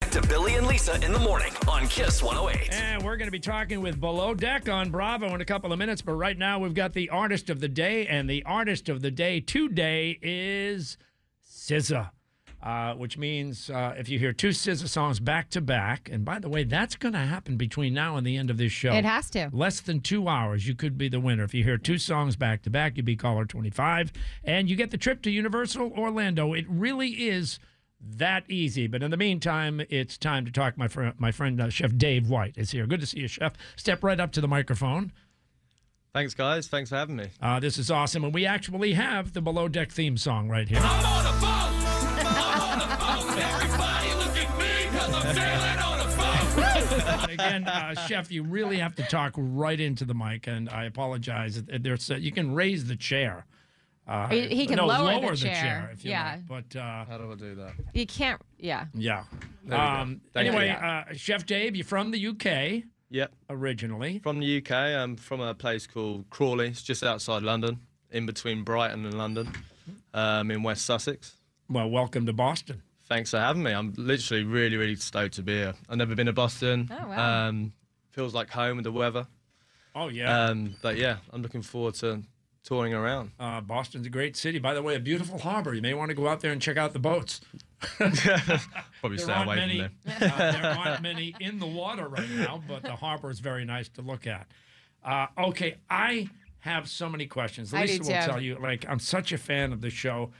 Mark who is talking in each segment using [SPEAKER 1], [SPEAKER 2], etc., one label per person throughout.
[SPEAKER 1] Back to Billy and Lisa in the morning on Kiss 108.
[SPEAKER 2] And we're going to be talking with Below Deck on Bravo in a couple of minutes, but right now we've got the artist of the day, and the artist of the day today is SZA, uh, which means uh, if you hear two SZA songs back to back, and by the way, that's going to happen between now and the end of this show.
[SPEAKER 3] It has to.
[SPEAKER 2] Less than two hours, you could be the winner. If you hear two songs back to back, you'd be caller 25, and you get the trip to Universal Orlando. It really is that easy. But in the meantime, it's time to talk. My friend, my friend uh, Chef Dave White is here. Good to see you, Chef. Step right up to the microphone.
[SPEAKER 4] Thanks, guys. Thanks for having me.
[SPEAKER 2] Uh, this is awesome, and we actually have the below deck theme song right here.
[SPEAKER 1] I'm on a boat. I'm on a boat. Everybody look at me 'cause I'm sailing on a boat.
[SPEAKER 2] Again, uh, Chef, you really have to talk right into the mic, and I apologize. There's uh, you can raise the chair. Uh,
[SPEAKER 3] He- he can
[SPEAKER 2] no,
[SPEAKER 3] lower the
[SPEAKER 2] the
[SPEAKER 3] chair.
[SPEAKER 2] if you
[SPEAKER 3] Yeah.
[SPEAKER 2] like, But uh,
[SPEAKER 4] How do I do that?
[SPEAKER 3] You can't. Yeah.
[SPEAKER 2] yeah.
[SPEAKER 4] There we go.
[SPEAKER 2] Um,
[SPEAKER 4] Thank you.
[SPEAKER 2] anyway, uh, Chef Dave, you're from the UK
[SPEAKER 4] Yep.
[SPEAKER 2] originally.
[SPEAKER 4] From the UK. I'm from a place called Crawley. It's just outside London, in between Brighton and London, um, in West Sussex.
[SPEAKER 2] Well, welcome to Boston.
[SPEAKER 4] Thanks for having me. I'm literally really, really stoked to be here. I've never been to Boston.
[SPEAKER 3] Oh, wow.
[SPEAKER 4] Um, feels like home with the weather.
[SPEAKER 2] Oh yeah.
[SPEAKER 4] Um, but yeah, I'm looking forward to touring around.
[SPEAKER 2] Uh, Boston's a great city. By the way, a beautiful harbor. You may want to go out there and check out the boats.
[SPEAKER 4] Probably
[SPEAKER 2] There
[SPEAKER 4] stay
[SPEAKER 2] aren't,
[SPEAKER 4] away
[SPEAKER 2] many,
[SPEAKER 4] from there.
[SPEAKER 2] uh, there aren't many in the water right now, but the harbor is very nice to look at. Uh, okay, I have so many questions.
[SPEAKER 3] I do
[SPEAKER 2] Lisa will
[SPEAKER 3] too.
[SPEAKER 2] tell you, like, I'm such a fan of the show.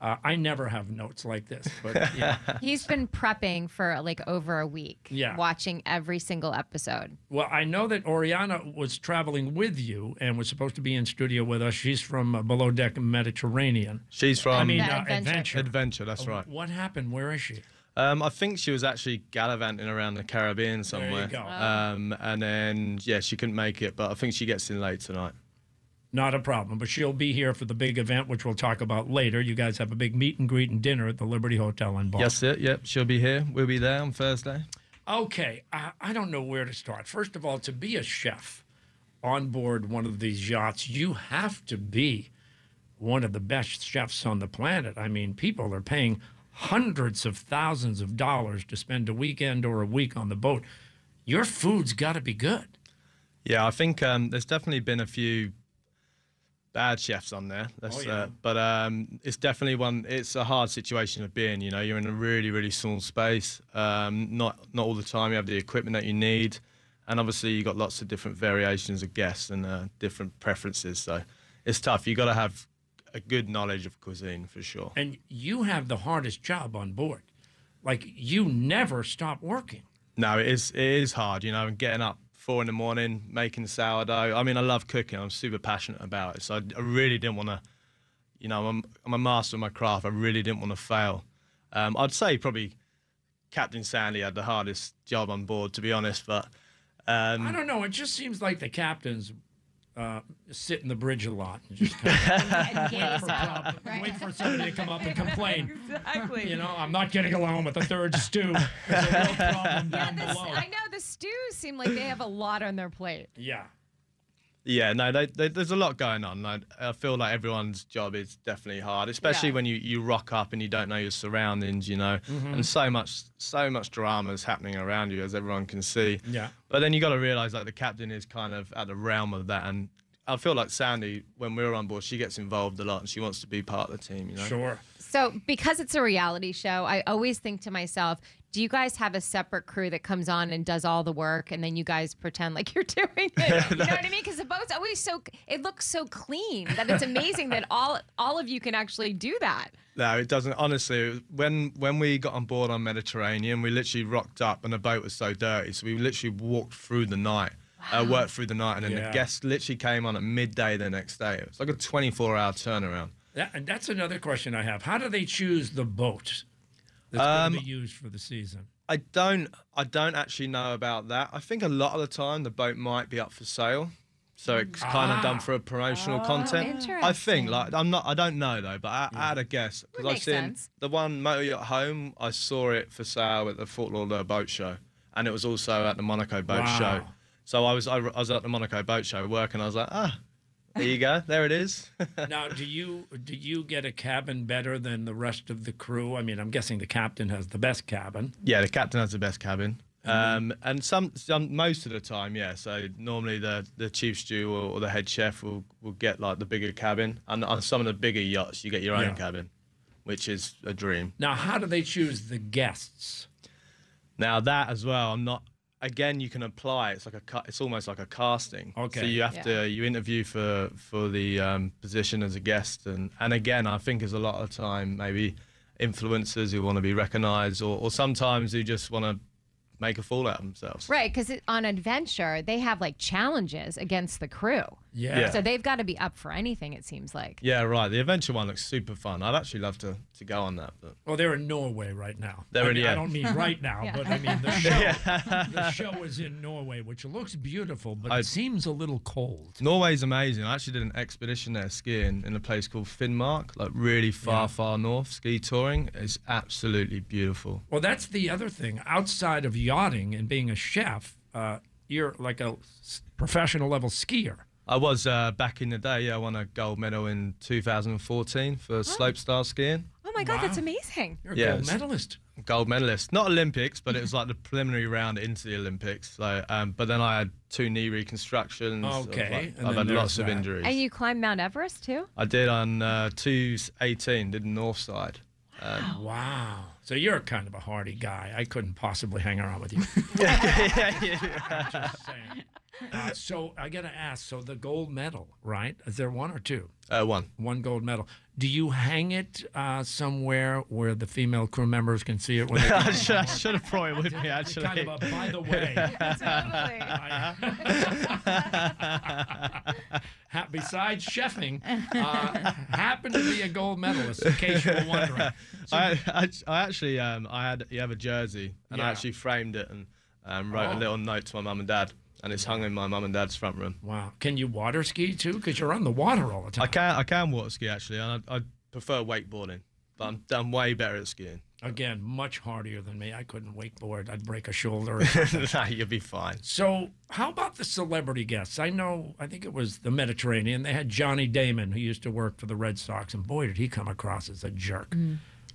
[SPEAKER 2] Uh, I never have notes like this, but yeah.
[SPEAKER 3] He's been prepping for like over a week.
[SPEAKER 2] Yeah.
[SPEAKER 3] Watching every single episode.
[SPEAKER 2] Well, I know that Oriana was traveling with you and was supposed to be in studio with us. She's from uh, Below Deck Mediterranean.
[SPEAKER 4] She's from
[SPEAKER 2] I mean,
[SPEAKER 3] That
[SPEAKER 2] uh,
[SPEAKER 3] adventure.
[SPEAKER 2] adventure.
[SPEAKER 4] Adventure. That's right.
[SPEAKER 2] What happened? Where is she?
[SPEAKER 4] Um, I think she was actually gallivanting around the Caribbean somewhere.
[SPEAKER 2] go.
[SPEAKER 3] Oh.
[SPEAKER 4] Um, and then, yeah, she couldn't make it, but I think she gets in late tonight.
[SPEAKER 2] Not a problem, but she'll be here for the big event, which we'll talk about later. You guys have a big meet and greet and dinner at the Liberty Hotel in Boston.
[SPEAKER 4] Yes, it. Yep, she'll be here. We'll be there on Thursday.
[SPEAKER 2] Okay, I, I don't know where to start. First of all, to be a chef on board one of these yachts, you have to be one of the best chefs on the planet. I mean, people are paying hundreds of thousands of dollars to spend a weekend or a week on the boat. Your food's got to be good.
[SPEAKER 4] Yeah, I think um, there's definitely been a few bad chefs on there. That's,
[SPEAKER 2] yeah.
[SPEAKER 4] uh, but um, it's definitely one. It's a hard situation of being. You know, you're in a really, really small space. Um, not not all the time. You have the equipment that you need, and obviously you got lots of different variations of guests and uh, different preferences. So it's tough. You got to have a good knowledge of cuisine for sure.
[SPEAKER 2] And you have the hardest job on board. Like, you never stop working.
[SPEAKER 4] No, it is it is hard, you know, and getting up four in the morning, making sourdough. I mean, I love cooking. I'm super passionate about it. So I, I really didn't want to, you know, I'm I'm a master of my craft. I really didn't want to fail. Um, I'd say probably Captain Sandy had the hardest job on board, to be honest. But um,
[SPEAKER 2] I don't know. It just seems like the captains uh, sit in the bridge a lot and just kind of wait, for prob- wait for somebody to come up and complain.
[SPEAKER 3] Exactly.
[SPEAKER 2] You know, I'm not getting along with the third stew. There's a real problem down below.
[SPEAKER 3] I know the stews seem like they have a lot on their plate.
[SPEAKER 2] Yeah.
[SPEAKER 4] Yeah, no, they, they, there's a lot going on. I, I feel like everyone's job is definitely hard, especially
[SPEAKER 3] Yeah.
[SPEAKER 4] when you, you rock up and you don't know your surroundings, you know,
[SPEAKER 2] Mm-hmm.
[SPEAKER 4] and so much so much drama is happening around you, as everyone can see.
[SPEAKER 2] Yeah.
[SPEAKER 4] But then you got to realise like the captain is kind of at the realm of that, and I feel like Sandy, when we were on board, she gets involved a lot and she wants to be part of the team, you know.
[SPEAKER 2] Sure.
[SPEAKER 3] So, because it's a reality show, I always think to myself, do you guys have a separate crew that comes on and does all the work and then you guys pretend like you're doing it? You know what I mean? Because the boat's always so, it looks so clean that it's amazing that all all of you can actually do that.
[SPEAKER 4] No, it doesn't. Honestly, when when we got on board on Mediterranean, we literally rocked up and the boat was so dirty, so we literally walked through the night, uh, worked through the night, and then
[SPEAKER 2] Yeah.
[SPEAKER 4] the guests literally came on at midday the next day. It was like a 24-hour turnaround.
[SPEAKER 2] That, and
[SPEAKER 4] Um,
[SPEAKER 2] that's another question I have. How do they choose the boat that's going to be used for the season?
[SPEAKER 4] I don't I don't actually know about that. I think a lot of the time the boat might be up for sale. So it's kind of done for a promotional content. I think like I'm not I don't know though, but I, I had a guess because
[SPEAKER 3] Would
[SPEAKER 4] I've
[SPEAKER 3] make
[SPEAKER 4] seen
[SPEAKER 3] sense.
[SPEAKER 4] the one motor yacht home. I saw it for sale at the Fort Lauderdale Boat Show, and it was also at the Monaco Boat
[SPEAKER 2] Wow.
[SPEAKER 4] Show. So I was I, was at the Monaco Boat Show working. I was like, ah, there you go, there it is.
[SPEAKER 2] Now, do you do you get a cabin better than the rest of the crew? I mean, I'm guessing the captain has the best cabin.
[SPEAKER 4] Yeah, the captain has the best cabin.
[SPEAKER 2] Mm-hmm.
[SPEAKER 4] Um, and some, some, most of the time, yeah. So normally the, the chief stew or, or the head chef will, will get like the bigger cabin. And on some of the bigger yachts, you get your own
[SPEAKER 2] Yeah.
[SPEAKER 4] cabin, which is a dream.
[SPEAKER 2] Now, how do they choose the guests?
[SPEAKER 4] Now that as well, I'm not. Again, you can apply. It's like a, ca- it's almost like a casting. So
[SPEAKER 2] Okay.
[SPEAKER 4] you have to you interview for for the um, position as a guest, and and again, I think there's a lot of time maybe influencers who want to be recognised, or or sometimes who just want to make a fool out of themselves.
[SPEAKER 3] Right, because on adventure they have like challenges against the crew,
[SPEAKER 2] Yeah.
[SPEAKER 4] Yeah.
[SPEAKER 3] so they've got to be up for anything. It seems like.
[SPEAKER 4] Yeah, right. The adventure one looks super fun. I'd actually love to, to go on that. But
[SPEAKER 2] Well, they're in Norway right now.
[SPEAKER 4] They're
[SPEAKER 2] I,
[SPEAKER 4] in-
[SPEAKER 2] mean, I
[SPEAKER 4] yeah.
[SPEAKER 2] don't mean right now, but I mean the show. the show is in Norway, which looks beautiful, but
[SPEAKER 4] I-
[SPEAKER 2] it seems a little cold.
[SPEAKER 4] Norway's amazing. I actually did an expedition there skiing in a place called Finnmark, like really far, far north, ski touring. It's absolutely beautiful.
[SPEAKER 2] Well, that's the other thing. Outside of yachting and being a chef, uh, you're like a s- professional level skier.
[SPEAKER 4] I was uh, back in the day, yeah, I won a gold medal in 2014 for slopestyle skiing.
[SPEAKER 3] Oh my god, that's amazing!
[SPEAKER 2] You're a
[SPEAKER 4] Yeah,
[SPEAKER 2] gold
[SPEAKER 4] it's-
[SPEAKER 2] medalist.
[SPEAKER 4] Gold medalist. Not Olympics, but it was like the preliminary round into the Olympics. So, um, but then I had two knee reconstructions. I've,
[SPEAKER 2] Okay,
[SPEAKER 4] like-
[SPEAKER 2] and
[SPEAKER 4] I've
[SPEAKER 2] then
[SPEAKER 4] had
[SPEAKER 2] there's
[SPEAKER 4] lots of
[SPEAKER 2] that.
[SPEAKER 4] injuries.
[SPEAKER 3] And you climbed Mount Everest too?
[SPEAKER 4] I did on uh, 218, did Um, north side.
[SPEAKER 2] Wow. So you're kind of a hardy guy. I couldn't possibly hang around with you. I'm just saying. Uh, so I gotta ask. So the gold medal, right? Is there one or two?
[SPEAKER 4] Uh, one.
[SPEAKER 2] One gold medal. Do you hang it uh, somewhere where the female crew members can see it? When they
[SPEAKER 4] I should, I should have brought it with me, actually.
[SPEAKER 2] kind of a, by the way,
[SPEAKER 3] Totally.
[SPEAKER 2] ha- besides chefing, uh, happened to be a gold medalist, in case you were wondering.
[SPEAKER 4] I, I, I actually, um, I had you have a jersey, and
[SPEAKER 2] Yeah.
[SPEAKER 4] I actually framed it and um, wrote
[SPEAKER 2] Oh.
[SPEAKER 4] a little note to my mum and dad, and it's hung in my mum and dad's front room.
[SPEAKER 2] Wow. Can you water ski too? Because you're on the water all the time.
[SPEAKER 4] I can, I can water ski actually, and I, I prefer wakeboarding, but I'm, I'm way better at skiing.
[SPEAKER 2] Again, much harder than me. I couldn't wakeboard. I'd break a shoulder. or something.
[SPEAKER 4] nah, you'll be fine.
[SPEAKER 2] so, how about the celebrity guests? I know, I think it was the Mediterranean. They had Johnny Damon, who used to work for the Red Sox, and boy, did he come across as a jerk.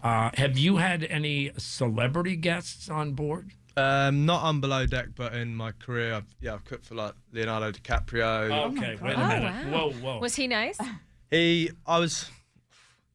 [SPEAKER 2] Uh, have you had any celebrity guests on board?
[SPEAKER 4] Um, not on below deck, but in my career, I've, yeah, I've cooked for like Leonardo DiCaprio.
[SPEAKER 2] Oh, okay,
[SPEAKER 3] Oh,
[SPEAKER 2] wait a minute. Whoa, whoa. Uh,
[SPEAKER 3] Was he nice?
[SPEAKER 4] He, I was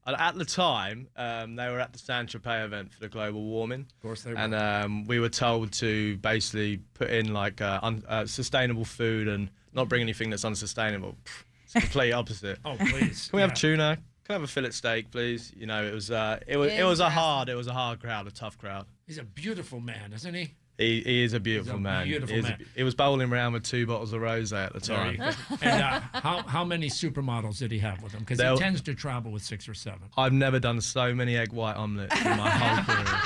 [SPEAKER 4] at the time. Um, they were at the San Tropez event for the global warming. Of
[SPEAKER 2] course they were.
[SPEAKER 4] And um, we were told to basically put in like uh, un- uh, sustainable food and not bring anything that's unsustainable. Pff, It's the complete opposite.
[SPEAKER 2] oh, please.
[SPEAKER 4] Can we
[SPEAKER 2] Yeah.
[SPEAKER 4] have tuna? Can I have a fillet steak, please? You know, it was uh, it was it was a hard it was a hard crowd, a tough crowd.
[SPEAKER 2] He's a beautiful man, isn't he?
[SPEAKER 4] He, he is a beautiful man.
[SPEAKER 2] beautiful
[SPEAKER 4] he, is a
[SPEAKER 2] man.
[SPEAKER 4] be- he was bowling around with two bottles of rosé at the time.
[SPEAKER 2] and uh, how how many supermodels did he have with him? Because he
[SPEAKER 4] They'll-
[SPEAKER 2] tends to travel with six or seven.
[SPEAKER 4] I've never done so many egg white omelets in my whole career.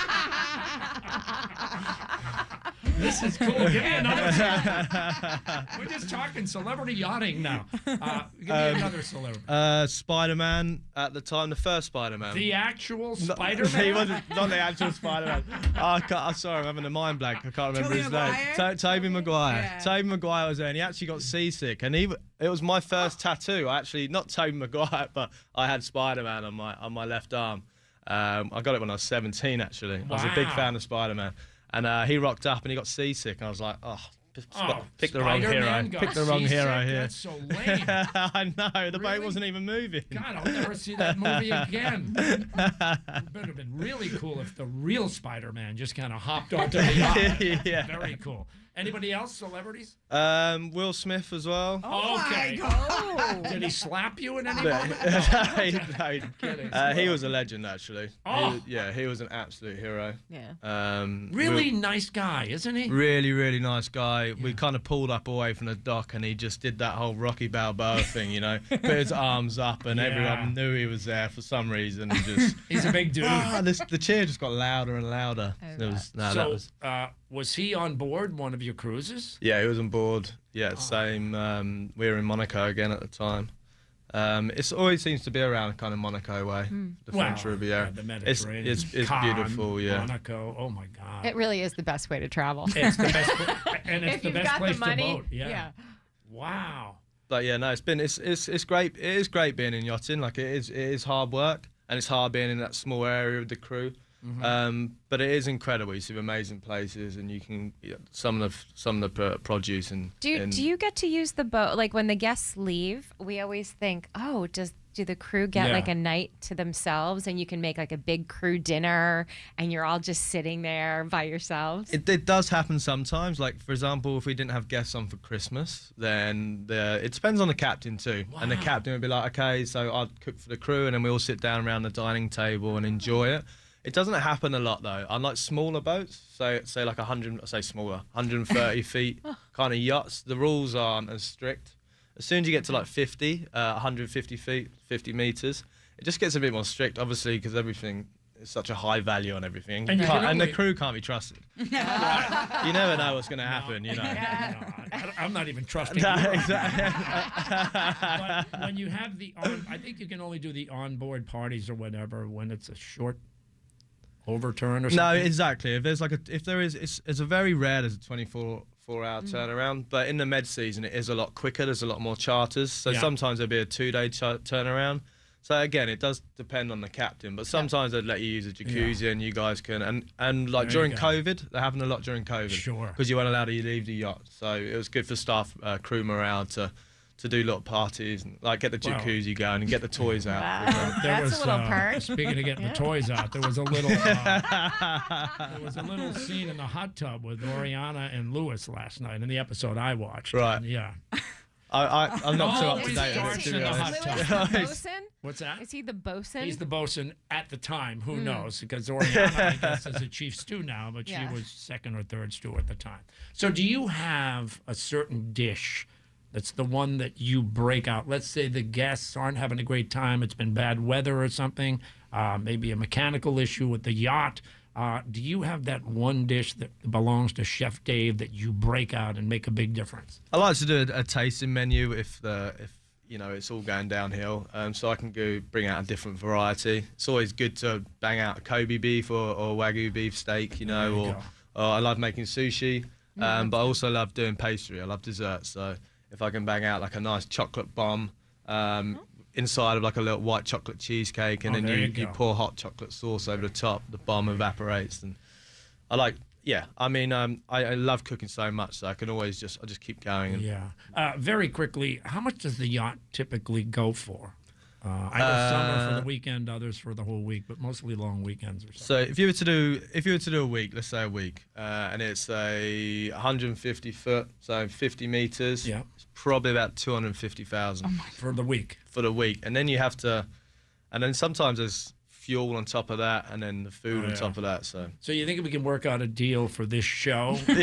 [SPEAKER 2] This is cool. Give me another. celebrity. We're just talking celebrity yachting now. Uh, give me
[SPEAKER 4] Um,
[SPEAKER 2] another celebrity.
[SPEAKER 4] Uh, Spider Man at the time, the first Spider Man.
[SPEAKER 2] the actual Spider
[SPEAKER 4] he
[SPEAKER 2] Man.
[SPEAKER 4] wasn't not the actual Spider Man. Oh, I can't- I'm sorry, I'm having a mind blank. I can't remember his name. To- Toby Maguire. Toby Maguire was there, and he actually got seasick. And he, w- it was my first tattoo. I actually not Toby Maguire, but I had Spider Man on my on my left arm. Um, I got it when I was 17. Actually, I was a big
[SPEAKER 2] Wow.
[SPEAKER 4] fan of Spider Man, and uh, he rocked up and he got seasick. And I was like, oh. p- sp-
[SPEAKER 2] Oh,
[SPEAKER 4] pick the wrong
[SPEAKER 2] Spider-Man
[SPEAKER 4] hero.
[SPEAKER 2] got
[SPEAKER 4] Pick the wrong
[SPEAKER 2] seasick?
[SPEAKER 4] hero here.
[SPEAKER 2] That's so lame. God,
[SPEAKER 4] I know the boat
[SPEAKER 2] Really?
[SPEAKER 4] wasn't even moving.
[SPEAKER 2] I'll never see that movie again. it would have been really cool if the real Spider Man just kind of hopped onto the yacht.
[SPEAKER 4] yeah.
[SPEAKER 2] Very cool. Anybody else? Celebrities?
[SPEAKER 4] Um, Will Smith as well.
[SPEAKER 2] okay. Did he slap you in any
[SPEAKER 4] No,
[SPEAKER 2] way?
[SPEAKER 4] no,
[SPEAKER 2] Kidding.
[SPEAKER 4] uh, he was a legend, actually. He
[SPEAKER 2] Oh.
[SPEAKER 4] was- yeah, he was an absolute hero.
[SPEAKER 5] Yeah.
[SPEAKER 4] Um,
[SPEAKER 2] Really nice guy, isn't he?
[SPEAKER 4] real- really, really nice guy. We kind of pulled up away from the dock, and he just did that whole Rocky Balboa thing, you know, put his arms up, and
[SPEAKER 2] Yeah.
[SPEAKER 4] everyone knew he was there for some reason. And just
[SPEAKER 2] He's a big dude.
[SPEAKER 4] ah, this, the cheer just got louder and louder.
[SPEAKER 3] Oh,
[SPEAKER 4] It was, no, that
[SPEAKER 2] so,
[SPEAKER 4] was
[SPEAKER 2] uh, was he on board one of your cruises?
[SPEAKER 4] Yeah, he was on board. Yeah,
[SPEAKER 3] Oh.
[SPEAKER 4] same. Um, we were in Monaco again at the time. Um, it's always seems to be around kind of Monaco way,
[SPEAKER 3] Hmm.
[SPEAKER 4] the French
[SPEAKER 2] Well, Oh,
[SPEAKER 4] Riviera.
[SPEAKER 2] yeah, the
[SPEAKER 4] It's-
[SPEAKER 2] Mediterranean.
[SPEAKER 4] It's, it's,
[SPEAKER 2] Cannes,
[SPEAKER 4] beautiful. Yeah.
[SPEAKER 2] Monaco. Oh my God.
[SPEAKER 3] It really is the best way to travel.
[SPEAKER 2] it's the best, pla- and it's
[SPEAKER 3] if
[SPEAKER 2] the
[SPEAKER 3] you've
[SPEAKER 2] best
[SPEAKER 3] got
[SPEAKER 2] place
[SPEAKER 3] the money,
[SPEAKER 2] to boat. Yeah. Wow.
[SPEAKER 4] But yeah, no, it's been it's, it's it's great. It is great being in yachting. Like it is it is hard work, and it's hard being in that small area with the crew.
[SPEAKER 2] Mm-hmm.
[SPEAKER 4] Um, but it is incredible. You see amazing places, and you can yeah, some of the some of the pr- produce and
[SPEAKER 3] Do you,
[SPEAKER 4] and-
[SPEAKER 3] do you get to use the boat? Like when the guests leave, we always think, oh, does do the crew get
[SPEAKER 2] Yeah.
[SPEAKER 3] like a night to themselves, and you can make like a big crew dinner, and you're all just sitting there by yourselves.
[SPEAKER 4] It, it does happen sometimes. Like for example, if we didn't have guests on for Christmas, then the it depends on the captain too. And the captain would be like, okay, so I'd cook for the crew, and then we all sit down around the dining table and enjoy it. It doesn't happen a lot though. On like smaller boats, so say like 100, I say smaller, 130 feet kind of yachts. The rules aren't as strict. As soon as you get to like 50, uh, 150 feet, 50 meters, it just gets a bit more strict, obviously, because everything is such a high value on everything,
[SPEAKER 2] And you
[SPEAKER 4] Can't-
[SPEAKER 2] can
[SPEAKER 4] and the
[SPEAKER 2] only-
[SPEAKER 4] crew can't be trusted you never know what's going to happen, you know.
[SPEAKER 2] No, I, I'm not even trusting
[SPEAKER 4] No,
[SPEAKER 2] you.
[SPEAKER 4] exactly.
[SPEAKER 2] but when you have the on, I think you can only do the onboard parties or whatever when it's a short overturn or
[SPEAKER 4] No,
[SPEAKER 2] something.
[SPEAKER 4] exactly. If there's like a, if there is, it's, it's a very rare there's a 24 four hour
[SPEAKER 3] Mm.
[SPEAKER 4] turnaround, but in the med season it is a lot quicker. There's a lot more charters, so
[SPEAKER 2] Yeah.
[SPEAKER 4] sometimes there'll be a two day ch- turnaround. So again, it does depend on the captain, but sometimes they'd let you use a jacuzzi and you guys can and and like
[SPEAKER 2] There you
[SPEAKER 4] during
[SPEAKER 2] go.
[SPEAKER 4] COVID, that happened a lot during COVID.
[SPEAKER 2] Sure.
[SPEAKER 4] Because you weren't allowed to leave the yacht, so it was good for staff uh, crew morale to to do little parties and like get the
[SPEAKER 2] Wow.
[SPEAKER 4] jacuzzi going and get the toys out. for example.
[SPEAKER 2] There uh,
[SPEAKER 3] That's a
[SPEAKER 4] uh,
[SPEAKER 3] little perk.
[SPEAKER 2] Speaking of getting the toys out, there was a little uh, there was a little scene in the hot tub with Oriana and Lewis last night in the episode I watched.
[SPEAKER 4] Right.
[SPEAKER 2] Yeah. Oh,
[SPEAKER 4] I, I, I'm not too up to
[SPEAKER 2] is
[SPEAKER 4] date
[SPEAKER 2] he-
[SPEAKER 4] on it,
[SPEAKER 2] is he
[SPEAKER 4] to be
[SPEAKER 2] in the
[SPEAKER 4] honest.
[SPEAKER 2] hot tub?
[SPEAKER 3] Lewis the bosun?
[SPEAKER 2] What's that?
[SPEAKER 3] Is he the bosun? Hmm.
[SPEAKER 2] He's the bosun at the time. Who knows? Because Oriana, I guess, is a chief stew now, but
[SPEAKER 3] Yeah.
[SPEAKER 2] she was second or third stew at the time. So, do you have a certain dish that's the one that you break out? Let's say the guests aren't having a great time. It's been bad weather or something. Uh, maybe a mechanical issue with the yacht. Uh, do you have that one dish that belongs to Chef Dave that you break out and make a big difference?
[SPEAKER 4] I like to do a, a tasting menu if the if you know it's all going downhill, um, so I can go bring out a different variety. It's always good to bang out a Kobe beef or, or Wagyu beef steak, you know. or, or I love making sushi, um, but I also love doing pastry. I love desserts, so if I can bang out like a nice chocolate bomb. Um, Inside of like a little white chocolate cheesecake, and
[SPEAKER 2] Mm-hmm. Oh,
[SPEAKER 4] then
[SPEAKER 2] there
[SPEAKER 4] you,
[SPEAKER 2] you
[SPEAKER 4] you
[SPEAKER 2] go.
[SPEAKER 4] pour hot chocolate sauce over the top. The bomb evaporates, and I like, yeah. I mean, um, I, I love cooking so much, so I can always just, I just keep going. And,
[SPEAKER 2] Yeah. Uh, very quickly, how much does the yacht typically go for? Uh, I know some are for the weekend, others for the whole week, but mostly long weekends or something.
[SPEAKER 4] So if you were to do, if you were to do a week, let's say a week, uh, and it's a 150 foot, so 50 meters.
[SPEAKER 2] Yeah.
[SPEAKER 4] It's probably about 250,000
[SPEAKER 2] For the week.
[SPEAKER 4] for the week, and then you have to, and then sometimes there's fuel on top of that, and then the food on
[SPEAKER 2] Oh, yeah.
[SPEAKER 4] top of that. So
[SPEAKER 2] So you think we can work out a deal for this show? So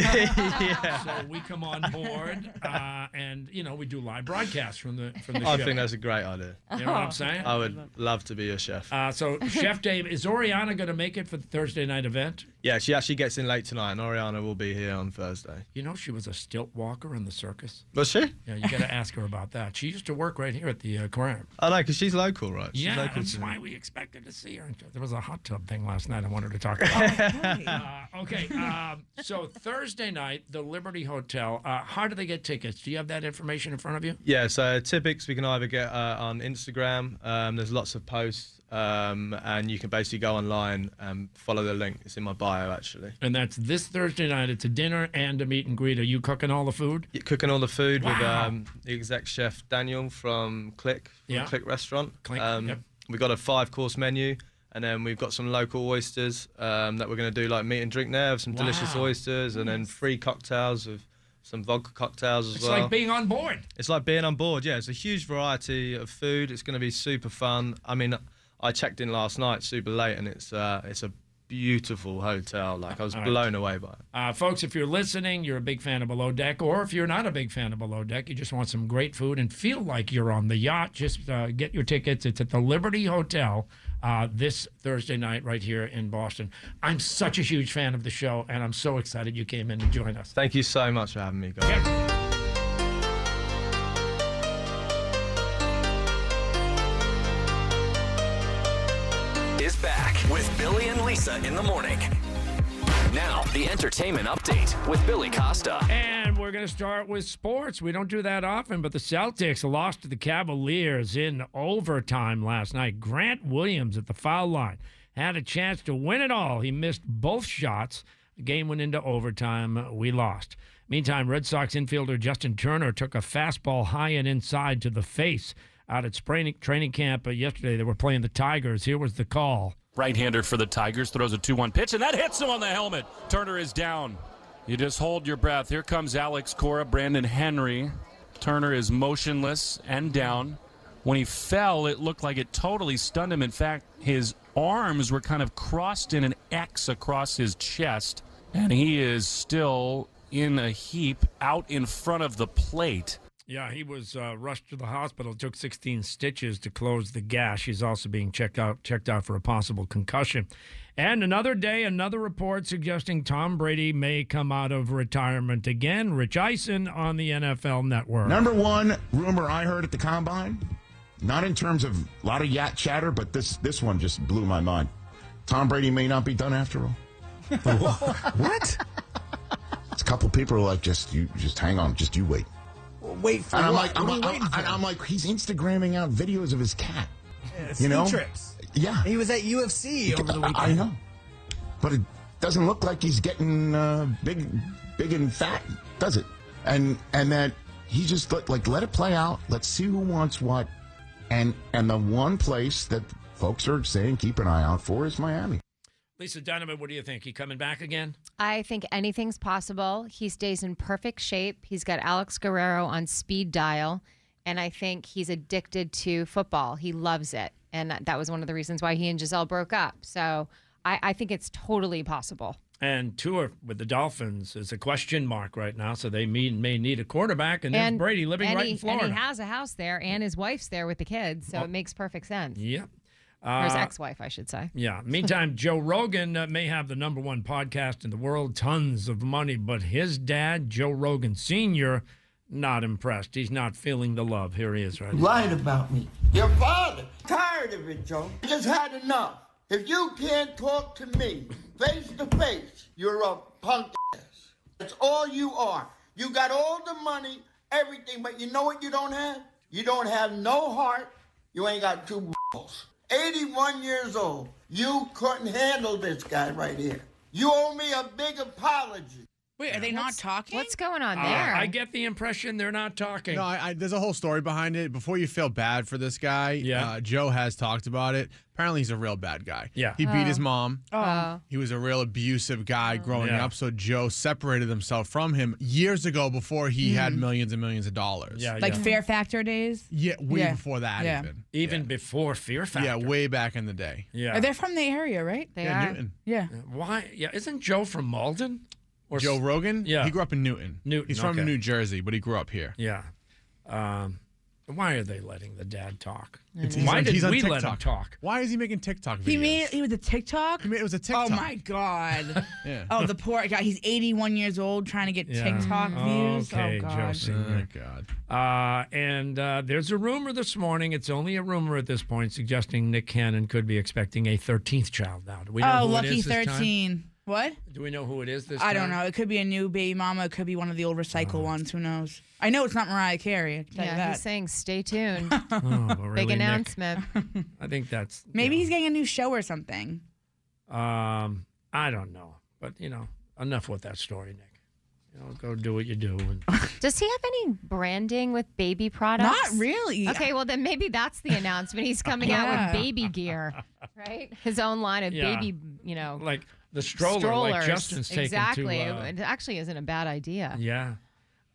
[SPEAKER 2] we come on board, uh, and you know we do live broadcasts from the from the
[SPEAKER 4] I
[SPEAKER 2] show.
[SPEAKER 4] think that's a great idea.
[SPEAKER 2] you know what I'm saying?
[SPEAKER 4] I would love to be a chef.
[SPEAKER 2] Uh, so Chef Dave, is Oriana going to make it for the Thursday night event?
[SPEAKER 4] yeah, she actually gets in late tonight, and Oriana will be here on Thursday.
[SPEAKER 2] You know she was a stilt walker in the circus.
[SPEAKER 4] Was she?
[SPEAKER 2] Yeah, you got to ask her about that. She used to work right here at the uh, aquarium.
[SPEAKER 4] I know, because she's local, right? She's
[SPEAKER 2] Yeah,
[SPEAKER 4] local
[SPEAKER 2] that's
[SPEAKER 4] to-
[SPEAKER 2] why we expected to see her. There was a hot tub thing last night I wanted to talk about. uh, okay, um, so Thursday night, the Liberty Hotel. Uh, how do they get tickets? Do you have that information in front of you?
[SPEAKER 4] Yeah, so typics we can either get uh, on Instagram. Um, there's lots of posts, um, and you can basically go online and follow the link. It's in my bio actually.
[SPEAKER 2] And that's this Thursday night. It's a dinner and a meet and greet. Are you cooking all the food?
[SPEAKER 4] Yeah, cooking all the food with
[SPEAKER 2] Wow.
[SPEAKER 4] um, the exec chef Daniel from Click, from
[SPEAKER 2] Yeah.
[SPEAKER 4] Click Restaurant.
[SPEAKER 2] Click,
[SPEAKER 4] um,
[SPEAKER 2] yep.
[SPEAKER 4] We got a five course menu. And then we've got some local oysters um, that we're going to do like meat and drink there with some delicious
[SPEAKER 2] Wow.
[SPEAKER 4] oysters and then free cocktails of some vodka cocktails as
[SPEAKER 2] It's
[SPEAKER 4] well.
[SPEAKER 2] like being on board.
[SPEAKER 4] It's like being on board. Yeah, it's a huge variety of food. It's going to be super fun. I mean, I checked in last night super late, and it's uh, it's a beautiful hotel. Like I was blown away by it.
[SPEAKER 2] Uh, folks, if you're listening, you're a big fan of Below Deck, or if you're not a big fan of Below Deck, you just want some great food and feel like you're on the yacht, just uh, get your tickets. It's at the Liberty Hotel uh, this Thursday night right here in Boston. I'm such a huge fan of the show, and I'm so excited you came in to join us.
[SPEAKER 4] Thank you so much for having me, guys.
[SPEAKER 6] is back with Billy and Lisa in the morning. Now, the entertainment update with Billy Costa.
[SPEAKER 2] And we're going to start with sports. We don't do that often, but the Celtics lost to the Cavaliers in overtime last night. Grant Williams at the foul line had a chance to win it all. He missed both shots. The game went into overtime. We lost. Meantime, Red Sox infielder Justin Turner took a fastball high and inside to the face out at spring- training camp uh, yesterday. They were playing the Tigers. Here was the call.
[SPEAKER 7] Right-hander for the Tigers throws a 2-1 pitch, and that hits him on the helmet. Turner is down. You just hold your breath. Here comes Alex Cora, Brandon Henry. Turner is motionless and down. When he fell, it looked like it totally stunned him. In fact, his arms were kind of crossed in an X across his chest, and he is still in a heap out in front of the plate.
[SPEAKER 2] Yeah, he was uh, rushed to the hospital. Took 16 stitches to close the gash. He's also being checked out checked out for a possible concussion. And another day, another report suggesting Tom Brady may come out of retirement again. Rich Eisen on the NFL Network.
[SPEAKER 8] Number one rumor I heard at the combine, not in terms of a lot of yacht chatter, but this this one just blew my mind. Tom Brady may not be done after all. what? It's a couple people are like, just you, just hang on, just you wait.
[SPEAKER 9] Wait for
[SPEAKER 8] and I'm
[SPEAKER 9] what?
[SPEAKER 8] like, I'm,
[SPEAKER 9] What are you
[SPEAKER 8] I'm-
[SPEAKER 9] waiting for?
[SPEAKER 8] and I'm like, he's Instagramming out videos of his cat.
[SPEAKER 9] ski
[SPEAKER 8] you know,
[SPEAKER 9] trips.
[SPEAKER 8] Yeah,
[SPEAKER 9] he was at UFC over the weekend.
[SPEAKER 8] I know, but it doesn't look like he's getting uh, big, big and fat, does it? And and that he just let, like let it play out. Let's see who wants what, and and the one place that folks are saying keep an eye out for is Miami.
[SPEAKER 2] Lisa Donovan, what do you think? He coming back again?
[SPEAKER 3] I think anything's possible. He stays in perfect shape. He's got Alex Guerrero on speed dial, and I think he's addicted to football. He loves it, and that- that was one of the reasons why he and Giselle broke up. So I, I think it's totally possible.
[SPEAKER 2] And tour with the Dolphins is a question mark right now, so they may, may need a quarterback. And, there's Brady living
[SPEAKER 3] and
[SPEAKER 2] right
[SPEAKER 3] he,
[SPEAKER 2] in Florida.
[SPEAKER 3] and he has a house there, and his wife's there with the kids, so
[SPEAKER 2] Well-
[SPEAKER 3] it makes perfect sense.
[SPEAKER 2] yep.
[SPEAKER 3] or his
[SPEAKER 2] Uh,
[SPEAKER 3] ex-wife, I should say.
[SPEAKER 2] Yeah. Meantime, Joe Rogan uh, may have the number one podcast in the world, tons of money, but his dad, Joe Rogan Sr., not impressed. He's not feeling the love. Here he is right now.
[SPEAKER 9] Lied about me. Your father. Tired of it, Joe. I just had enough. If you can't talk to me face to face, you're a punk ass. That's all you are. You got all the money, everything, but you know what you don't have? You don't have no heart. You ain't got two balls. 81 years old. You couldn't handle this guy right here. You owe me a big apology.
[SPEAKER 3] Wait, are they
[SPEAKER 9] not
[SPEAKER 3] talking? What's going on
[SPEAKER 9] Uh,
[SPEAKER 3] there?
[SPEAKER 2] I get the impression they're not talking.
[SPEAKER 10] No, I, I, there's a whole story behind it. Before you feel bad for this guy,
[SPEAKER 2] Yeah.
[SPEAKER 10] uh, Joe has talked about it. Apparently, he's a real bad guy.
[SPEAKER 2] Yeah.
[SPEAKER 10] he beat
[SPEAKER 2] Oh.
[SPEAKER 10] his mom.
[SPEAKER 3] Um,
[SPEAKER 2] Oh.
[SPEAKER 10] he was a real abusive guy growing
[SPEAKER 2] Yeah.
[SPEAKER 10] up. So Joe separated himself from him years ago before he had millions and millions of dollars.
[SPEAKER 11] like Fair Factor days.
[SPEAKER 10] Yeah, way before that even.
[SPEAKER 2] Even before Fear Factor.
[SPEAKER 10] Yeah, way back in the day.
[SPEAKER 2] Yeah.
[SPEAKER 11] They're from the area, right?
[SPEAKER 2] They Yeah, are. Newton.
[SPEAKER 11] Yeah.
[SPEAKER 2] Why? Yeah. Isn't Joe from Malden? Or
[SPEAKER 10] Joe Rogan.
[SPEAKER 2] Yeah.
[SPEAKER 10] he grew up in Newton.
[SPEAKER 2] Newton,
[SPEAKER 10] He's from
[SPEAKER 2] okay.
[SPEAKER 10] New Jersey, but he grew up here.
[SPEAKER 2] Yeah. Um, why are they letting the dad talk?
[SPEAKER 10] It's- he's
[SPEAKER 2] Why
[SPEAKER 10] on-
[SPEAKER 2] did
[SPEAKER 10] he's on
[SPEAKER 2] we let him
[SPEAKER 10] TikTok.
[SPEAKER 2] talk?
[SPEAKER 10] Why is he making TikTok videos?
[SPEAKER 11] He made he was a TikTok.
[SPEAKER 10] He made, it was a TikTok.
[SPEAKER 11] Oh my god.
[SPEAKER 10] Yeah.
[SPEAKER 11] Oh, the poor guy. He's 81 years old trying to get
[SPEAKER 2] Yeah.
[SPEAKER 11] TikTok views.
[SPEAKER 2] Okay,
[SPEAKER 11] oh
[SPEAKER 2] Joe
[SPEAKER 11] god.
[SPEAKER 2] Senior. Uh, and uh, there's a rumor this morning. It's only a rumor at this point, suggesting Nick Cannon could be expecting a 13th child now. Do we know
[SPEAKER 11] oh,
[SPEAKER 2] who
[SPEAKER 11] lucky
[SPEAKER 2] it is this time?
[SPEAKER 11] 13. What?
[SPEAKER 2] Do we know who it is this
[SPEAKER 11] I
[SPEAKER 2] time?
[SPEAKER 11] don't know. It could be a new baby mama. It could be one of the old
[SPEAKER 10] Uh-huh.
[SPEAKER 11] recycle ones. Who knows? I know it's not Mariah Carey. I can tell you
[SPEAKER 3] yeah,
[SPEAKER 11] that.
[SPEAKER 3] he's saying stay tuned.
[SPEAKER 10] Oh,
[SPEAKER 2] but really,
[SPEAKER 3] Big
[SPEAKER 2] Nick?
[SPEAKER 3] announcement.
[SPEAKER 2] I think that's.
[SPEAKER 11] Maybe he's getting a new show or something.
[SPEAKER 2] Um, I don't know, but you know, enough with that story, Nick. You know, go do what you do. And
[SPEAKER 3] Does he have any branding with baby products?
[SPEAKER 11] Not really.
[SPEAKER 3] Okay, well then maybe that's the announcement. He's coming out
[SPEAKER 2] Yeah.
[SPEAKER 3] with baby gear, right? His own line of
[SPEAKER 2] Yeah.
[SPEAKER 3] baby, you know,
[SPEAKER 2] like the stroller, like
[SPEAKER 3] strollers.
[SPEAKER 2] Justin's taking
[SPEAKER 3] exactly.
[SPEAKER 2] to. uh,
[SPEAKER 3] it actually isn't a bad idea.
[SPEAKER 2] Yeah.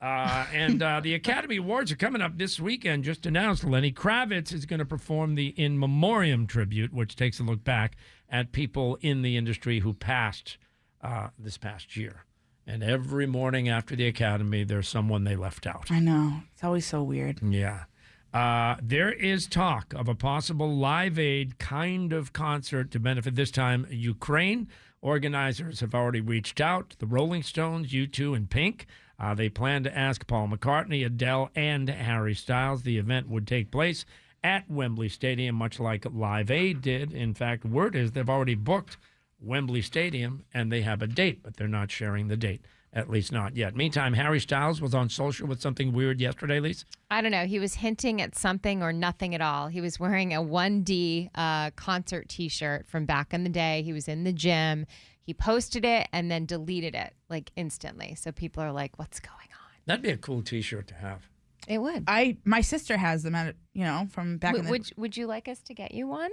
[SPEAKER 2] Uh, and uh, the Academy Awards are coming up this weekend. Just announced Lenny Kravitz is going to perform the In Memoriam tribute, which takes a look back at people in the industry who passed uh, this past year. And every morning after the Academy, there's someone they left out.
[SPEAKER 11] I know. It's always so weird.
[SPEAKER 2] Yeah. Uh, there is talk of a possible Live Aid kind of concert to benefit this time Ukraine. Organizers have already reached out to the Rolling Stones, U2, and Pink. Uh, they plan to ask Paul McCartney, Adele, and Harry Styles. The event would take place at Wembley Stadium, much like Live Aid did. In fact, word is they've already booked Wembley Stadium and they have a date, but they're not sharing the date, at least not yet. Meantime, Harry Styles was on social with something weird yesterday, Lise.
[SPEAKER 3] I don't know. He was hinting at something or nothing at all. He was wearing a 1D uh, concert t shirt from back in the day. He was in the gym. He posted it and then deleted it like instantly. So people are like, what's going on?
[SPEAKER 2] That'd be a cool T-shirt to have.
[SPEAKER 3] It would.
[SPEAKER 11] I my sister has them at you know from back
[SPEAKER 3] Would-
[SPEAKER 11] in the.
[SPEAKER 3] would, would you like us to get you one?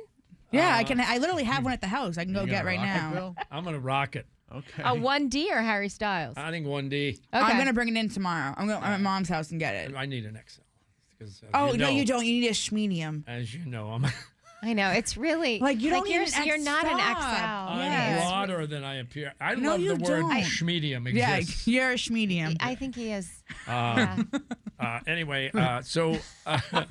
[SPEAKER 11] yeah, I
[SPEAKER 2] Uh,
[SPEAKER 11] can. I literally have one at the house. I can go
[SPEAKER 2] You
[SPEAKER 11] get
[SPEAKER 2] gonna
[SPEAKER 11] right
[SPEAKER 2] rock it,
[SPEAKER 11] now.
[SPEAKER 2] Bill? I'm gonna rock it. Okay.
[SPEAKER 3] A 1D or Harry Styles?
[SPEAKER 2] I think one D.
[SPEAKER 11] I'm gonna bring it in tomorrow. I'm going. to I'm at mom's house and get it.
[SPEAKER 2] I need an XL. 'cause as
[SPEAKER 11] Oh no,
[SPEAKER 2] know-
[SPEAKER 11] you don't. You need a schmedium.
[SPEAKER 2] As you know,
[SPEAKER 11] Oh,
[SPEAKER 2] I'm,
[SPEAKER 3] I know. It's really
[SPEAKER 11] Like, you don't need
[SPEAKER 3] you're,
[SPEAKER 11] an X-
[SPEAKER 3] you're not an
[SPEAKER 11] stop.
[SPEAKER 3] XL.
[SPEAKER 2] I'm broader than I appear. I
[SPEAKER 11] No,
[SPEAKER 2] love
[SPEAKER 11] you
[SPEAKER 2] the word
[SPEAKER 11] don't.
[SPEAKER 2] Oh, schmedium
[SPEAKER 11] Yeah,
[SPEAKER 2] exists.
[SPEAKER 11] you're a schmedium.
[SPEAKER 3] I think he is.
[SPEAKER 2] Uh, uh, anyway, uh, so uh,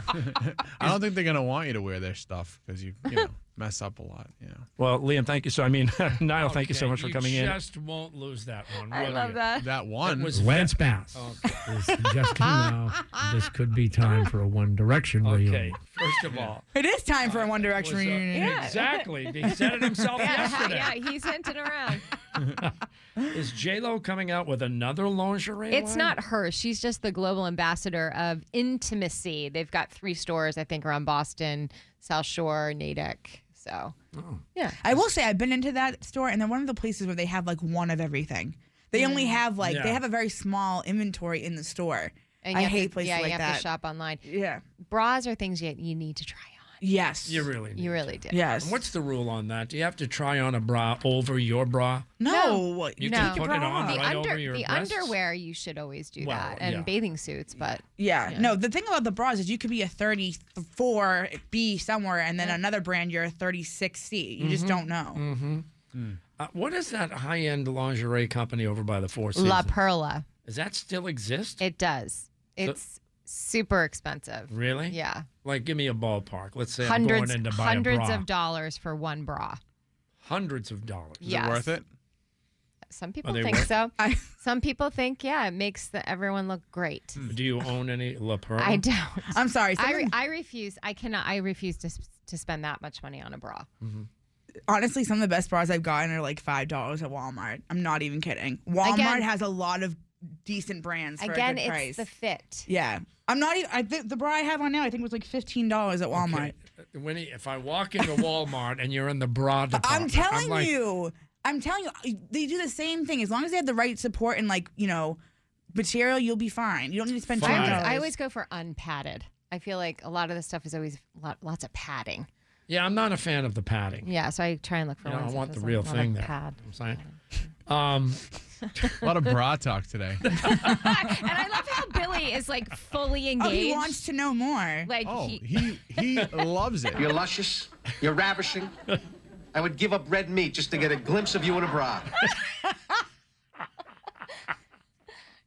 [SPEAKER 10] I don't think they're gonna want you to wear their stuff because you, you know, mess up a lot. Yeah.
[SPEAKER 2] well, Liam, thank you. So I mean, Niall, thank you so
[SPEAKER 10] Okay,
[SPEAKER 2] much for
[SPEAKER 10] you
[SPEAKER 2] coming in.
[SPEAKER 10] just
[SPEAKER 2] won't lose that one.
[SPEAKER 10] I
[SPEAKER 2] will
[SPEAKER 10] love
[SPEAKER 2] you?
[SPEAKER 10] that. That one.
[SPEAKER 2] was Oh.
[SPEAKER 12] Lance
[SPEAKER 2] fa-
[SPEAKER 12] Bass.
[SPEAKER 2] Okay.
[SPEAKER 12] Is suggesting now this could be time for a One Direction
[SPEAKER 2] Okay.
[SPEAKER 12] reunion.
[SPEAKER 2] First of all,
[SPEAKER 11] It is time for a One Direction
[SPEAKER 2] was, uh,
[SPEAKER 11] reunion.
[SPEAKER 2] Yeah. exactly. He said it himself
[SPEAKER 3] yeah,
[SPEAKER 2] yesterday.
[SPEAKER 3] Yeah, he's hinting around.
[SPEAKER 2] is J Lo coming out with another lingerie?
[SPEAKER 3] It's
[SPEAKER 2] line?
[SPEAKER 3] not her. She's just the global ambassador of intimacy. They've got three stores, I think, around Boston, South Shore, Natick. So,
[SPEAKER 2] Oh.
[SPEAKER 3] yeah.
[SPEAKER 11] I will say I've been into that store, and they're one of the places where they have like one of everything. They only
[SPEAKER 3] Mm.
[SPEAKER 11] have like they
[SPEAKER 3] Yeah.
[SPEAKER 11] have a very small inventory in the store.
[SPEAKER 3] And
[SPEAKER 11] I
[SPEAKER 3] you have to-
[SPEAKER 11] hate places
[SPEAKER 3] yeah,
[SPEAKER 11] like
[SPEAKER 3] you have
[SPEAKER 11] that.
[SPEAKER 3] to shop online.
[SPEAKER 11] Yeah.
[SPEAKER 3] Bras are things you, you need to try on.
[SPEAKER 11] Yes.
[SPEAKER 2] You really need
[SPEAKER 3] You really
[SPEAKER 2] to.
[SPEAKER 3] do.
[SPEAKER 2] And What's the rule on that? Do you have to try on a bra over your bra?
[SPEAKER 11] No.
[SPEAKER 2] You can put it on
[SPEAKER 3] the
[SPEAKER 2] right
[SPEAKER 3] under-
[SPEAKER 2] over your
[SPEAKER 3] The
[SPEAKER 2] breasts?
[SPEAKER 3] underwear, you should always do
[SPEAKER 2] Well,
[SPEAKER 3] that. And
[SPEAKER 2] yeah.
[SPEAKER 3] bathing suits, but.
[SPEAKER 11] Yeah. No, the thing about the bras is you could be a 34B somewhere, and then another brand you're a 36C. You just
[SPEAKER 2] Mhm.
[SPEAKER 11] don't know.
[SPEAKER 2] Mm-hmm.
[SPEAKER 11] Hmm.
[SPEAKER 2] Uh, what is that high-end lingerie company over by the Four Seasons?
[SPEAKER 3] La Perla.
[SPEAKER 2] Does that still exist?
[SPEAKER 3] It does. It's super expensive.
[SPEAKER 2] Really?
[SPEAKER 3] Yeah.
[SPEAKER 2] Like, give me a ballpark. Let's say I'm
[SPEAKER 3] hundreds
[SPEAKER 2] going in to buy a
[SPEAKER 3] hundreds
[SPEAKER 2] bra.
[SPEAKER 3] of dollars for one bra.
[SPEAKER 2] hundreds of dollars.
[SPEAKER 3] Is it Yes. worth it? Some people
[SPEAKER 2] they
[SPEAKER 3] think
[SPEAKER 2] worth-
[SPEAKER 3] so. Some people think, yeah, it makes the, everyone look great.
[SPEAKER 2] Hmm. Do you own any La Perla?
[SPEAKER 3] I don't.
[SPEAKER 11] I'm sorry.
[SPEAKER 3] I, re-
[SPEAKER 11] someone-
[SPEAKER 3] I refuse. I cannot. I refuse to s- to spend that much money on a bra.
[SPEAKER 2] Mm-hmm.
[SPEAKER 11] Honestly, some of the best bras I've gotten are like $5 at Walmart. I'm not even kidding. Walmart
[SPEAKER 3] Again-
[SPEAKER 11] has a lot of decent brands for
[SPEAKER 3] Again,
[SPEAKER 11] a
[SPEAKER 3] it's
[SPEAKER 11] good price.
[SPEAKER 3] the fit.
[SPEAKER 11] yeah. I'm not even, I, the, the bra I have on now, I think was like $15 at Walmart.
[SPEAKER 2] Uh, Winnie, if I walk into Walmart and you're in the bra department,
[SPEAKER 11] I'm telling
[SPEAKER 2] like,
[SPEAKER 11] you. I'm telling you, they do the same thing. As long as they have the right support and like you know material, you'll be fine. You don't need to spend
[SPEAKER 3] I
[SPEAKER 11] five
[SPEAKER 3] always,
[SPEAKER 11] dollars.
[SPEAKER 3] I always go for unpadded. I feel like a lot of this stuff is always lot, lots of padding.
[SPEAKER 2] Yeah, I'm not a fan of the padding.
[SPEAKER 3] Yeah, so I try and look for.
[SPEAKER 2] You know, I
[SPEAKER 3] ones that
[SPEAKER 2] want the
[SPEAKER 3] doesn't-
[SPEAKER 2] real
[SPEAKER 3] not a
[SPEAKER 2] thing there.
[SPEAKER 3] Pad.
[SPEAKER 2] I'm saying. Um,
[SPEAKER 10] a lot of bra talk today.
[SPEAKER 3] And I love how Billy is like fully
[SPEAKER 11] Oh,
[SPEAKER 3] engaged.
[SPEAKER 11] he wants to know more.
[SPEAKER 3] Like
[SPEAKER 10] Oh,
[SPEAKER 3] he,
[SPEAKER 10] he he loves it.
[SPEAKER 13] You're luscious. You're ravishing. I would give up red meat just to get a glimpse of you in a bra.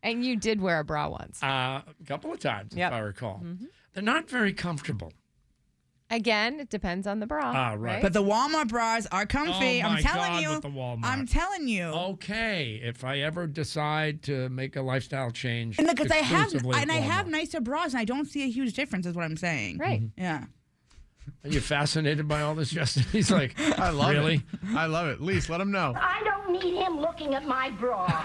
[SPEAKER 3] and you did wear a bra once.
[SPEAKER 2] Uh, a couple of times,
[SPEAKER 3] Yep. Mm-hmm.
[SPEAKER 2] if I recall. They're not very comfortable.
[SPEAKER 3] Again, it depends on the bra.
[SPEAKER 2] Ah, right.
[SPEAKER 11] But the Walmart bras are comfy.
[SPEAKER 2] Oh,
[SPEAKER 11] I'm
[SPEAKER 2] my
[SPEAKER 11] telling
[SPEAKER 2] God,
[SPEAKER 11] you.
[SPEAKER 2] with the Walmart.
[SPEAKER 11] I'm telling you.
[SPEAKER 2] Okay, if I ever decide to make a lifestyle change,
[SPEAKER 11] And because I have
[SPEAKER 2] exclusively at
[SPEAKER 11] and I have
[SPEAKER 2] Walmart.
[SPEAKER 11] nicer bras and I don't see a huge difference is what I'm saying.
[SPEAKER 3] Right.
[SPEAKER 11] Yeah.
[SPEAKER 2] Are you fascinated by all this, Justin? He's like,
[SPEAKER 10] I love
[SPEAKER 2] really?
[SPEAKER 10] it. I love it. Lise, let him know.
[SPEAKER 14] I don't need him looking at my bra.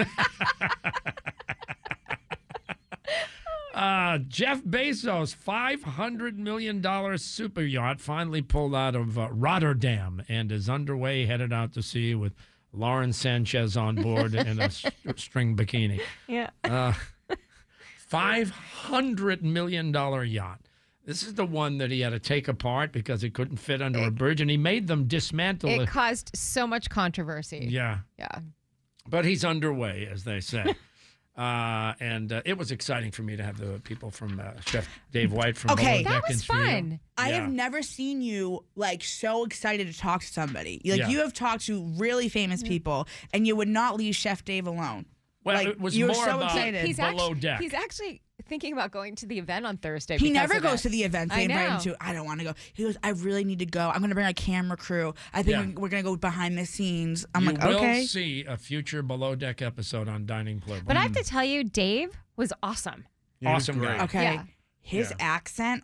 [SPEAKER 2] Uh, Jeff Bezos' $500 million super yacht finally pulled out of uh, Rotterdam and is underway, headed out to sea with Lauren Sanchez on board in a s- string bikini.
[SPEAKER 1] Yeah.
[SPEAKER 2] Uh, $500 million yacht. This is the one that he had to take apart because it couldn't fit under a bridge, and he made them dismantle
[SPEAKER 3] It
[SPEAKER 2] it.
[SPEAKER 3] caused so much controversy.
[SPEAKER 2] Yeah.
[SPEAKER 3] Yeah.
[SPEAKER 2] But he's underway, as they say. uh, and uh, it was exciting for me to have the people from uh, Chef Dave White from
[SPEAKER 11] okay,
[SPEAKER 2] Below Deck and Studio.
[SPEAKER 11] I
[SPEAKER 2] Yeah.
[SPEAKER 11] have never seen you like so excited to talk to somebody. Like
[SPEAKER 2] Yeah.
[SPEAKER 11] you have talked to really
[SPEAKER 3] Mm-hmm.
[SPEAKER 11] famous people, and you would not leave Chef Dave alone.
[SPEAKER 2] Well,
[SPEAKER 11] like,
[SPEAKER 2] it was
[SPEAKER 11] you were
[SPEAKER 2] more
[SPEAKER 11] so
[SPEAKER 2] about
[SPEAKER 11] excited.
[SPEAKER 3] He's
[SPEAKER 2] below
[SPEAKER 3] actually,
[SPEAKER 2] deck.
[SPEAKER 3] He's actually thinking about going to the event on Thursday.
[SPEAKER 11] He
[SPEAKER 3] because
[SPEAKER 11] never
[SPEAKER 3] of
[SPEAKER 11] goes
[SPEAKER 3] it.
[SPEAKER 11] to the events
[SPEAKER 3] I
[SPEAKER 11] they invite him
[SPEAKER 3] know.
[SPEAKER 11] to. I don't want to go. He goes, I really need to go. I'm going to bring a camera crew. I think
[SPEAKER 2] Yeah.
[SPEAKER 11] we're- we're going to go behind the scenes. I'm
[SPEAKER 2] you
[SPEAKER 11] like,
[SPEAKER 2] will
[SPEAKER 11] okay.
[SPEAKER 2] see a future Below Deck episode on Dining Mm. Plurble.
[SPEAKER 3] But I have to tell you, Dave was awesome.
[SPEAKER 2] Awesome guy.
[SPEAKER 11] Okay.
[SPEAKER 3] Yeah.
[SPEAKER 11] His
[SPEAKER 2] Yeah.
[SPEAKER 11] accent.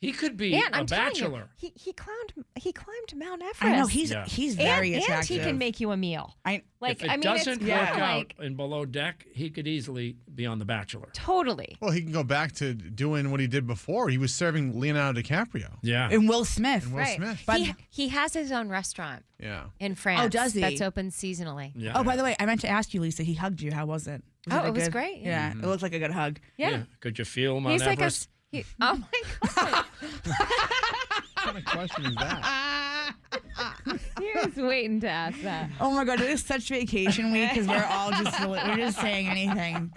[SPEAKER 2] He could be
[SPEAKER 3] and
[SPEAKER 2] a
[SPEAKER 3] I'm telling you,
[SPEAKER 2] bachelor.
[SPEAKER 3] he he climbed he climbed Mount Everest.
[SPEAKER 11] I know he's
[SPEAKER 2] Yeah.
[SPEAKER 11] he's
[SPEAKER 3] And-
[SPEAKER 11] very attractive.
[SPEAKER 3] And he can make you a meal.
[SPEAKER 11] I
[SPEAKER 3] like.
[SPEAKER 2] if it
[SPEAKER 3] I mean,
[SPEAKER 2] doesn't
[SPEAKER 3] it's
[SPEAKER 2] work
[SPEAKER 3] kinda
[SPEAKER 2] out
[SPEAKER 3] like
[SPEAKER 2] in Below Deck, he could easily be on The Bachelor.
[SPEAKER 3] totally.
[SPEAKER 10] Well, he can go back to doing what he did before. He was serving Leonardo DiCaprio.
[SPEAKER 2] Yeah.
[SPEAKER 11] And Will Smith.
[SPEAKER 10] And Will
[SPEAKER 3] right.
[SPEAKER 10] Smith.
[SPEAKER 3] he, he has his own restaurant
[SPEAKER 10] yeah.
[SPEAKER 3] in France.
[SPEAKER 11] Oh, does he?
[SPEAKER 3] That's open seasonally.
[SPEAKER 11] Oh, by the way, I meant to ask you, Lisa. He hugged you. How was it?
[SPEAKER 3] Oh,
[SPEAKER 11] a
[SPEAKER 3] it was
[SPEAKER 11] good-
[SPEAKER 3] great, yeah.
[SPEAKER 11] Yeah, it looked like a good hug.
[SPEAKER 3] Yeah.
[SPEAKER 2] Mm-hmm. Could you feel Mount
[SPEAKER 3] He's like a.
[SPEAKER 2] Everest?
[SPEAKER 3] s- He, oh my god.
[SPEAKER 10] What kind of question is that?
[SPEAKER 3] he was waiting to ask that.
[SPEAKER 11] Oh my god, it is such vacation week because we're all just we're just saying anything.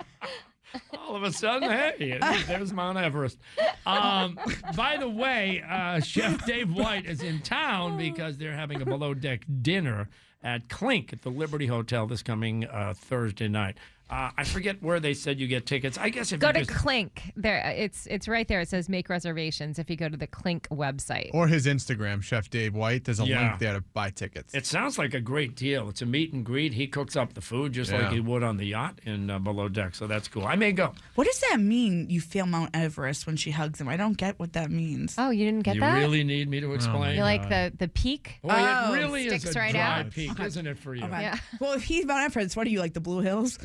[SPEAKER 2] All of a sudden, hey, there's Mount Everest. Um, by the way, uh, Chef Dave White is in town because they're having a below deck dinner at Clink at the Liberty Hotel this coming uh, Thursday night. Uh, I forget where they said you get tickets. I guess if
[SPEAKER 3] Go
[SPEAKER 2] you
[SPEAKER 3] to
[SPEAKER 2] just,
[SPEAKER 3] Clink. There, it's it's right there. It says make reservations if you go to the Clink website.
[SPEAKER 10] Or his Instagram, Chef Dave White. There's a
[SPEAKER 2] Yeah.
[SPEAKER 10] link there to buy tickets.
[SPEAKER 2] It sounds like a great deal. It's a meet and greet. He cooks up the food just like
[SPEAKER 10] Yeah.
[SPEAKER 2] he would on the yacht in uh, below deck. So that's cool. I may go.
[SPEAKER 11] What does that mean? You feel Mount Everest when she hugs him. I don't get what that means.
[SPEAKER 3] Oh, you didn't get
[SPEAKER 2] you
[SPEAKER 3] that?
[SPEAKER 2] really need me
[SPEAKER 11] Oh
[SPEAKER 2] to explain?
[SPEAKER 3] You like the the peak?
[SPEAKER 2] Boy, it really is
[SPEAKER 3] sticks
[SPEAKER 2] a
[SPEAKER 3] right
[SPEAKER 2] dry
[SPEAKER 3] out.
[SPEAKER 2] peak, isn't it for you?
[SPEAKER 11] Okay. Well, if he's Mount Everest, what are you like the Blue Hills?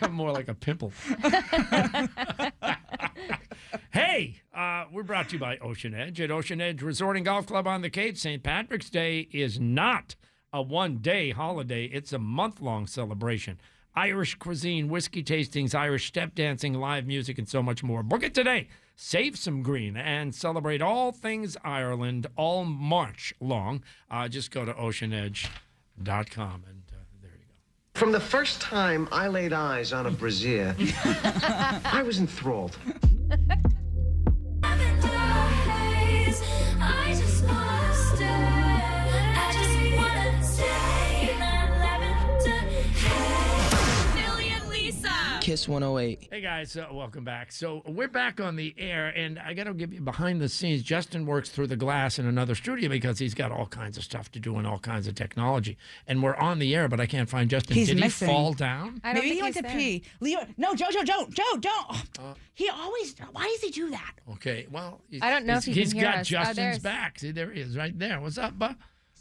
[SPEAKER 2] I'm more like a pimple. hey, uh, we're brought to you by Ocean Edge at Ocean Edge Resort and Golf Club on the Cape. St. Patrick's Day is not a one day holiday, it's a month long celebration. Irish cuisine, whiskey tastings, Irish step dancing, live music, and so much more. Book it today. Save some green and celebrate all things Ireland all March long. Uh, just go to oceanedge.com and
[SPEAKER 13] From the first time I laid eyes on a brassiere, I was enthralled.
[SPEAKER 1] I just wanna stay. I just wanna stay in that lavender haze. Billy and Lisa.
[SPEAKER 15] Kiss 108.
[SPEAKER 2] Hey guys, uh, welcome back. So we're back on the air, and I got to give you behind the scenes. Justin works through the glass in another studio because he's got all kinds of stuff to do and all kinds of technology. And we're on the air, but I can't find Justin.
[SPEAKER 11] He's
[SPEAKER 2] Did
[SPEAKER 11] missing.
[SPEAKER 2] he fall down?
[SPEAKER 3] I don't
[SPEAKER 11] Maybe
[SPEAKER 3] think
[SPEAKER 11] he went
[SPEAKER 3] he's
[SPEAKER 11] to
[SPEAKER 3] there.
[SPEAKER 11] pee. Leo, no, Jojo, don't, Joe, don't.
[SPEAKER 2] Oh.
[SPEAKER 11] he always. Why does he do that?
[SPEAKER 2] Okay, well, he's-
[SPEAKER 3] I don't know
[SPEAKER 2] he's-
[SPEAKER 3] if he can
[SPEAKER 2] he's
[SPEAKER 3] hear
[SPEAKER 2] got
[SPEAKER 3] us. Oh,
[SPEAKER 11] uh,
[SPEAKER 2] Justin's
[SPEAKER 3] there's-
[SPEAKER 2] back. See, there he is, right there. What's up, bud?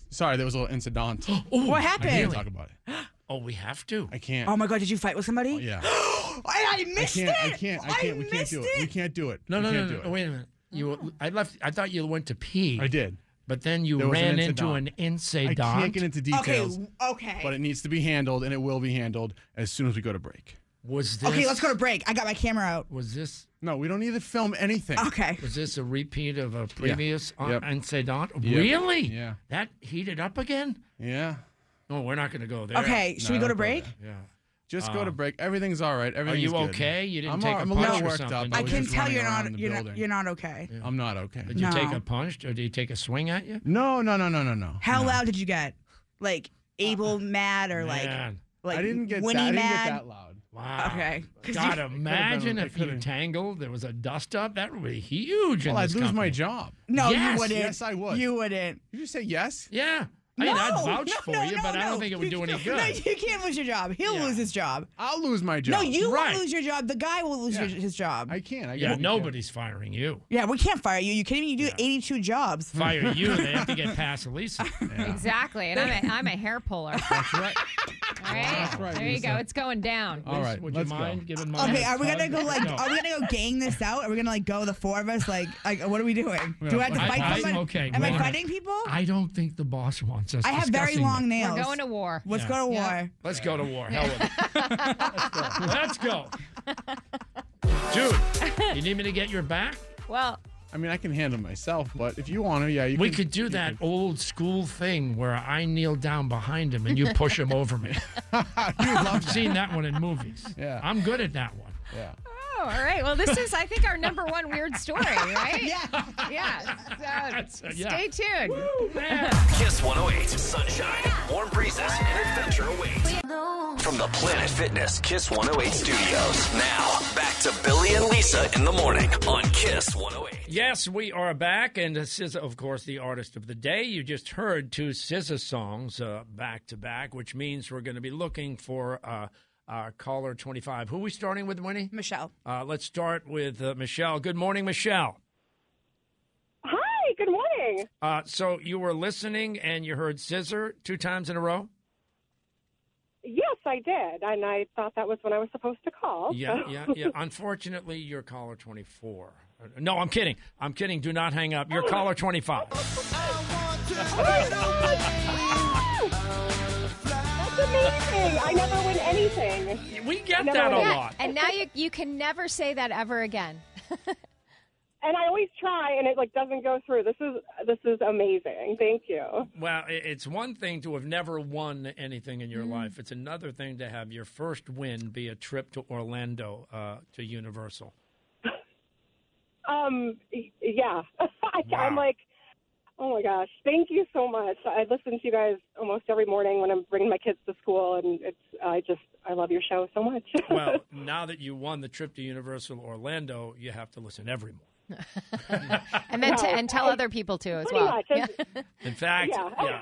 [SPEAKER 10] Sorry, there was a little incident.
[SPEAKER 11] What
[SPEAKER 10] I can't
[SPEAKER 11] happened?
[SPEAKER 10] talk about it.
[SPEAKER 2] Oh, we have to.
[SPEAKER 10] I can't. Oh,
[SPEAKER 11] Oh my god, did you fight with somebody?
[SPEAKER 10] Yeah.
[SPEAKER 11] I, I missed
[SPEAKER 10] I can't,
[SPEAKER 11] it.
[SPEAKER 10] I can't. I can't. we can't do it. We can't do it.
[SPEAKER 2] No,
[SPEAKER 10] we
[SPEAKER 2] no, no,
[SPEAKER 10] can't
[SPEAKER 2] no,
[SPEAKER 10] do
[SPEAKER 2] no.
[SPEAKER 10] it.
[SPEAKER 2] Wait a minute.
[SPEAKER 11] Oh.
[SPEAKER 2] You, I left. I thought you went to pee. I
[SPEAKER 10] did,
[SPEAKER 2] but then you
[SPEAKER 10] There was an
[SPEAKER 2] ran into an
[SPEAKER 10] I
[SPEAKER 2] incident.
[SPEAKER 10] can't get into details.
[SPEAKER 11] Okay.
[SPEAKER 10] But it needs to be handled, and it will be handled as soon as we go to break.
[SPEAKER 2] Was this?
[SPEAKER 11] Okay, let's go to break. I got my camera out.
[SPEAKER 2] Was this?
[SPEAKER 10] No, we don't need to film anything.
[SPEAKER 11] Okay.
[SPEAKER 2] Was this a repeat of a previous uh,
[SPEAKER 10] Yep.
[SPEAKER 2] incident?
[SPEAKER 10] Yep.
[SPEAKER 2] Really?
[SPEAKER 10] Yeah.
[SPEAKER 2] That heated up again?
[SPEAKER 10] Yeah.
[SPEAKER 2] No, we're not going to go there.
[SPEAKER 11] Okay, should we
[SPEAKER 10] No,
[SPEAKER 11] go to
[SPEAKER 10] don't
[SPEAKER 11] break?
[SPEAKER 2] Yeah.
[SPEAKER 10] Just go to
[SPEAKER 2] Um,
[SPEAKER 10] break. Everything's all right.
[SPEAKER 2] Are
[SPEAKER 10] Everything's
[SPEAKER 2] you
[SPEAKER 10] good.
[SPEAKER 2] okay? You didn't
[SPEAKER 10] I'm
[SPEAKER 2] take
[SPEAKER 10] all-
[SPEAKER 2] a
[SPEAKER 10] I'm a
[SPEAKER 2] punch
[SPEAKER 10] little
[SPEAKER 2] or
[SPEAKER 10] worked up.
[SPEAKER 2] something?
[SPEAKER 10] I
[SPEAKER 11] I
[SPEAKER 10] was
[SPEAKER 11] can
[SPEAKER 10] just
[SPEAKER 11] tell
[SPEAKER 10] running
[SPEAKER 11] you're
[SPEAKER 10] around
[SPEAKER 11] not
[SPEAKER 10] the
[SPEAKER 11] you're not
[SPEAKER 10] building.
[SPEAKER 11] you're not okay.
[SPEAKER 10] I'm not okay.
[SPEAKER 2] Did you take a punch or did he take a swing at you?
[SPEAKER 10] No, no, no, no, no, no.
[SPEAKER 11] How loud did you get? Like able mad or like
[SPEAKER 2] Man.
[SPEAKER 11] like
[SPEAKER 10] Uh, I didn't get
[SPEAKER 11] Winnie
[SPEAKER 10] that. I didn't
[SPEAKER 11] mad?
[SPEAKER 10] get that loud.
[SPEAKER 2] Wow.
[SPEAKER 11] Okay. 'Cause
[SPEAKER 2] God,
[SPEAKER 11] you-
[SPEAKER 2] imagine
[SPEAKER 10] It
[SPEAKER 2] if you
[SPEAKER 10] could've-
[SPEAKER 2] tangled, there was a dust up. That would be huge. in
[SPEAKER 10] Well, I'd
[SPEAKER 2] this
[SPEAKER 10] lose my
[SPEAKER 2] company.
[SPEAKER 10] job.
[SPEAKER 11] No,
[SPEAKER 2] Yes.
[SPEAKER 11] you wouldn't.
[SPEAKER 10] Yes, I would.
[SPEAKER 11] You wouldn't.
[SPEAKER 10] Did you say yes?
[SPEAKER 2] Yeah. I mean, I'd vouch for you, but I don't think it would
[SPEAKER 11] You
[SPEAKER 2] do any
[SPEAKER 11] can't- No,
[SPEAKER 2] good.
[SPEAKER 11] you can't lose your job. He'll lose his job.
[SPEAKER 10] I'll lose my job.
[SPEAKER 11] No, you
[SPEAKER 2] Right.
[SPEAKER 11] won't lose your job. The guy will lose your, his job.
[SPEAKER 10] I can't. I
[SPEAKER 2] Yeah,
[SPEAKER 10] gotta be
[SPEAKER 2] nobody's firing you.
[SPEAKER 11] yeah, we can't fire you. You can't even do 82 jobs.
[SPEAKER 2] Fire you, they have to get past Elisa.
[SPEAKER 3] Exactly. And I'm a, I'm a hair puller.
[SPEAKER 10] careful. That's right.
[SPEAKER 3] All right.
[SPEAKER 12] That's right,
[SPEAKER 3] there you go.
[SPEAKER 12] Lisa.
[SPEAKER 3] It's going down.
[SPEAKER 12] All right, Would you let's go. mind giving my
[SPEAKER 11] Okay, are we
[SPEAKER 12] plug?
[SPEAKER 11] gonna go like?
[SPEAKER 12] No.
[SPEAKER 11] Are we gonna go gang this out? Are we gonna like go the four of us? Like, like what are we doing? Do I have to fight someone?
[SPEAKER 2] okay,
[SPEAKER 11] Am I
[SPEAKER 2] Lauren,
[SPEAKER 11] fighting people?
[SPEAKER 2] I don't think the boss wants us.
[SPEAKER 11] I have very
[SPEAKER 2] discussing
[SPEAKER 11] long
[SPEAKER 2] that.
[SPEAKER 11] nails.
[SPEAKER 3] We're going to war.
[SPEAKER 11] Let's
[SPEAKER 2] Yeah.
[SPEAKER 11] go to war.
[SPEAKER 2] Yeah. Let's go to war. Hell with it. Let's go. Let's go. Dude, you need me to get your back?
[SPEAKER 3] Well,
[SPEAKER 10] I mean, I can handle myself, but if you want to, yeah, you
[SPEAKER 2] we
[SPEAKER 10] can,
[SPEAKER 2] could do
[SPEAKER 10] you
[SPEAKER 2] that old school thing where I kneel down behind him and you push him over me. I've seen that one in movies. Yeah. I'm good at that one.
[SPEAKER 10] Yeah.
[SPEAKER 3] Oh, all right. Well, this is, I think, our number one weird story, right?
[SPEAKER 11] yeah.
[SPEAKER 3] Yeah.
[SPEAKER 12] uh,
[SPEAKER 3] So
[SPEAKER 6] yeah.
[SPEAKER 3] stay tuned.
[SPEAKER 6] Kiss 108, sunshine, warm breezes, and adventure awaits. From the Planet Fitness Kiss 108 studios. Now, back to Billy and Lisa in the morning on Kiss 108.
[SPEAKER 2] Yes, we are back, and SZA, of course, the artist of the day. You just heard two SZA songs uh, back to back, which means we're going to be looking for uh, our caller twenty-five. Who are we starting with, Winnie?
[SPEAKER 11] Michelle.
[SPEAKER 2] Uh, let's start with uh, Michelle. Good morning, Michelle.
[SPEAKER 15] Hi, good morning.
[SPEAKER 2] Uh, so you were listening, and you heard SZA two times in a row.
[SPEAKER 15] Yes, I did, and I thought that was when I was supposed to call.
[SPEAKER 2] Yeah,
[SPEAKER 15] so-
[SPEAKER 2] yeah, yeah. Unfortunately, you're caller twenty-four. Uh, No, I'm kidding. I'm kidding. Do not hang up. You're
[SPEAKER 15] Oh.
[SPEAKER 2] caller twenty-five.
[SPEAKER 15] That's amazing. I never win anything.
[SPEAKER 2] We get
[SPEAKER 3] Yeah, And now you you can never say that uh, ever again.
[SPEAKER 15] And I always try, and it like doesn't go through. This is this is amazing. Thank you.
[SPEAKER 2] Well, i- it's one thing to have never won anything in your
[SPEAKER 15] Mm.
[SPEAKER 2] life. It's another thing to have your first win be a trip to Orlando uh, to Universal.
[SPEAKER 15] Um, y- yeah, I,
[SPEAKER 2] Wow.
[SPEAKER 15] I'm like, oh my gosh, thank you so much. I listen to you guys almost every morning when I'm bringing my kids to school, and it's I just I love your show so much.
[SPEAKER 2] Well, now that you won the trip to Universal Orlando, you have to listen every morning.
[SPEAKER 3] And then to,
[SPEAKER 15] Right.
[SPEAKER 3] and tell other people too as
[SPEAKER 15] Pretty
[SPEAKER 3] well.
[SPEAKER 15] much.
[SPEAKER 3] Yeah.
[SPEAKER 2] In fact,
[SPEAKER 15] Yeah.
[SPEAKER 2] yeah.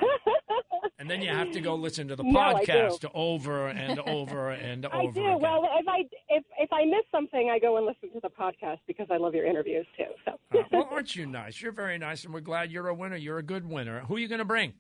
[SPEAKER 2] And then you have to go listen to the
[SPEAKER 15] No, I do.
[SPEAKER 2] podcast over and over and
[SPEAKER 15] I
[SPEAKER 2] over.
[SPEAKER 15] do.
[SPEAKER 2] again.
[SPEAKER 15] Well, if I if if I miss something, I go and listen to the podcast because I love your interviews too. So
[SPEAKER 2] Uh, well, aren't you nice? You're very nice, and we're glad you're a winner. You're a good winner. Who are you going to bring?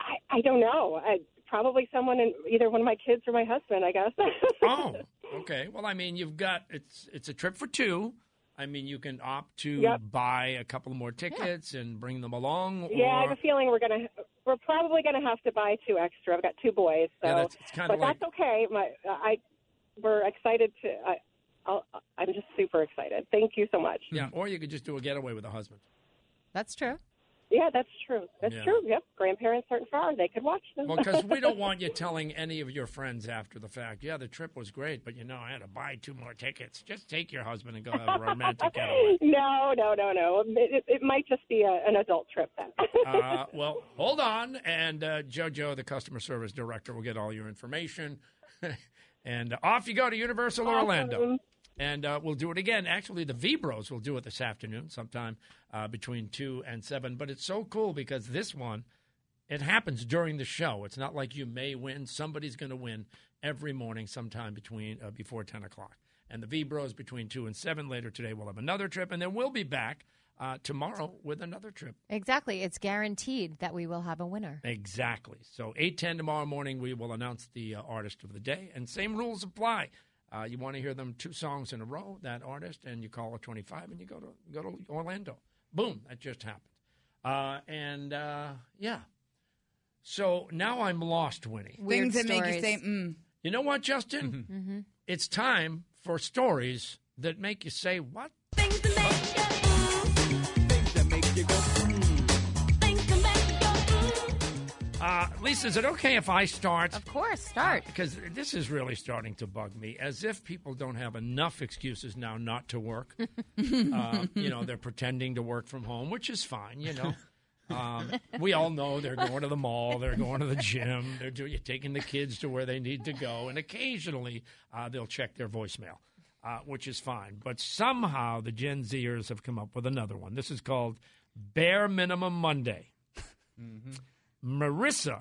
[SPEAKER 15] I, I don't know. I, probably someone in either one of my kids or my husband. I guess.
[SPEAKER 2] Oh, okay. Well, I mean, you've got it's it's a trip for two. I mean, you can opt to
[SPEAKER 15] Yep.
[SPEAKER 2] buy a couple more tickets and bring them along. Or,
[SPEAKER 15] yeah, I have a feeling we're gonna we're probably gonna have to buy two extra. I've got two boys, so
[SPEAKER 2] Yeah, that's- it's kinda
[SPEAKER 15] but
[SPEAKER 2] like-
[SPEAKER 15] that's okay. My I we're excited to. I, I'll, I'm just super excited. Thank you so much.
[SPEAKER 2] yeah, or you could just do a getaway with a husband.
[SPEAKER 3] That's true.
[SPEAKER 15] Yeah, that's true. That's
[SPEAKER 2] Yeah.
[SPEAKER 15] true. Yep, grandparents aren't far. They could watch them.
[SPEAKER 2] Well, because we don't want you telling any of your friends after the fact. Yeah, the trip was great, but you know, I had to buy two more tickets. Just take your husband and go have a romantic getaway.
[SPEAKER 15] No, no, no, no. It, it, it might just be a, an adult trip then.
[SPEAKER 2] Uh, well, hold on, and uh, JoJo, the customer service director, will get all your information. and uh, off you go to Universal Orlando. And uh, we'll do it again. Actually, the V Bros will do it this afternoon, sometime uh, between 2 and 7. But it's so cool because this one, it happens during the show. It's not like you may win. Somebody's going to win every morning, sometime between uh, before 10 o'clock. And the V Bros between 2 and 7 later today will have another trip. And then we'll be back uh, tomorrow with another trip.
[SPEAKER 3] Exactly. It's guaranteed that we will have a winner.
[SPEAKER 2] Exactly. So 8:10 tomorrow morning we will announce the uh, artist of the day and same rules apply. Uh, you want to hear them two songs in a row, that artist and you call a 25 and you go to go to Orlando. Boom, that just happened. Uh, and uh, yeah. So now I'm lost, Winnie.
[SPEAKER 11] Things that make you say, mm. Mm-hmm.
[SPEAKER 2] You know what, Justin? Mm-hmm. It's time for stories that make you say what? Uh, Lisa, is it okay if I start? Of
[SPEAKER 3] course, start.
[SPEAKER 2] Because this is really starting to bug me, as if people don't have enough excuses now not to work. um, you know, they're pretending to work from home, which is fine, you know. Um, we all know they're going to the mall, they're going to the gym, they're doing, taking the kids to where they need to go, and occasionally uh, they'll check their voicemail, uh, which is fine. But somehow the Gen Zers have come up with another one. This is called Bare Minimum Monday. Marissa,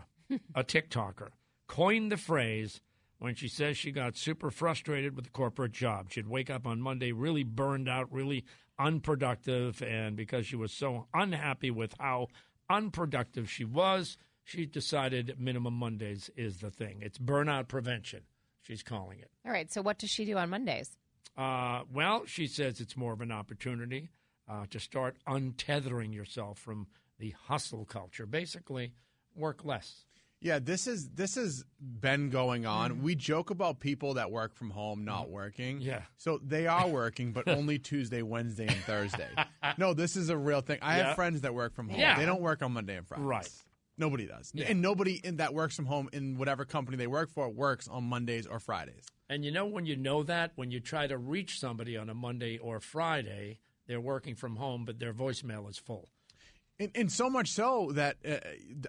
[SPEAKER 2] a TikToker, coined the phrase when she says she got super frustrated with the corporate job. She'd wake up on Monday really burned out, really unproductive, and because she was so unhappy with how unproductive she was, She's decided minimum Mondays is the thing. It's burnout prevention. She's calling it.
[SPEAKER 3] All right. So what does she do on Mondays?
[SPEAKER 2] Uh, well, she says it's more of an opportunity uh, to start untethering yourself from the hustle culture. Basically, work less.
[SPEAKER 10] Yeah, this is this has been going on.
[SPEAKER 2] Mm.
[SPEAKER 10] We joke about people that work from home not working.
[SPEAKER 2] Yeah.
[SPEAKER 10] So they are working, but only Tuesday, Wednesday, and Thursday. No, this is a real thing. I
[SPEAKER 2] Yeah.
[SPEAKER 10] have friends that work from home.
[SPEAKER 2] Yeah.
[SPEAKER 10] They don't work on Monday and Friday.
[SPEAKER 2] Right.
[SPEAKER 10] Nobody does.
[SPEAKER 2] Yeah.
[SPEAKER 10] And nobody in that works from home in whatever company they work for works on Mondays or Fridays.
[SPEAKER 2] And you know when you know that when you try to reach somebody on a Monday or Friday, they're working from home, but their voicemail is full.
[SPEAKER 10] And, and so much so that uh,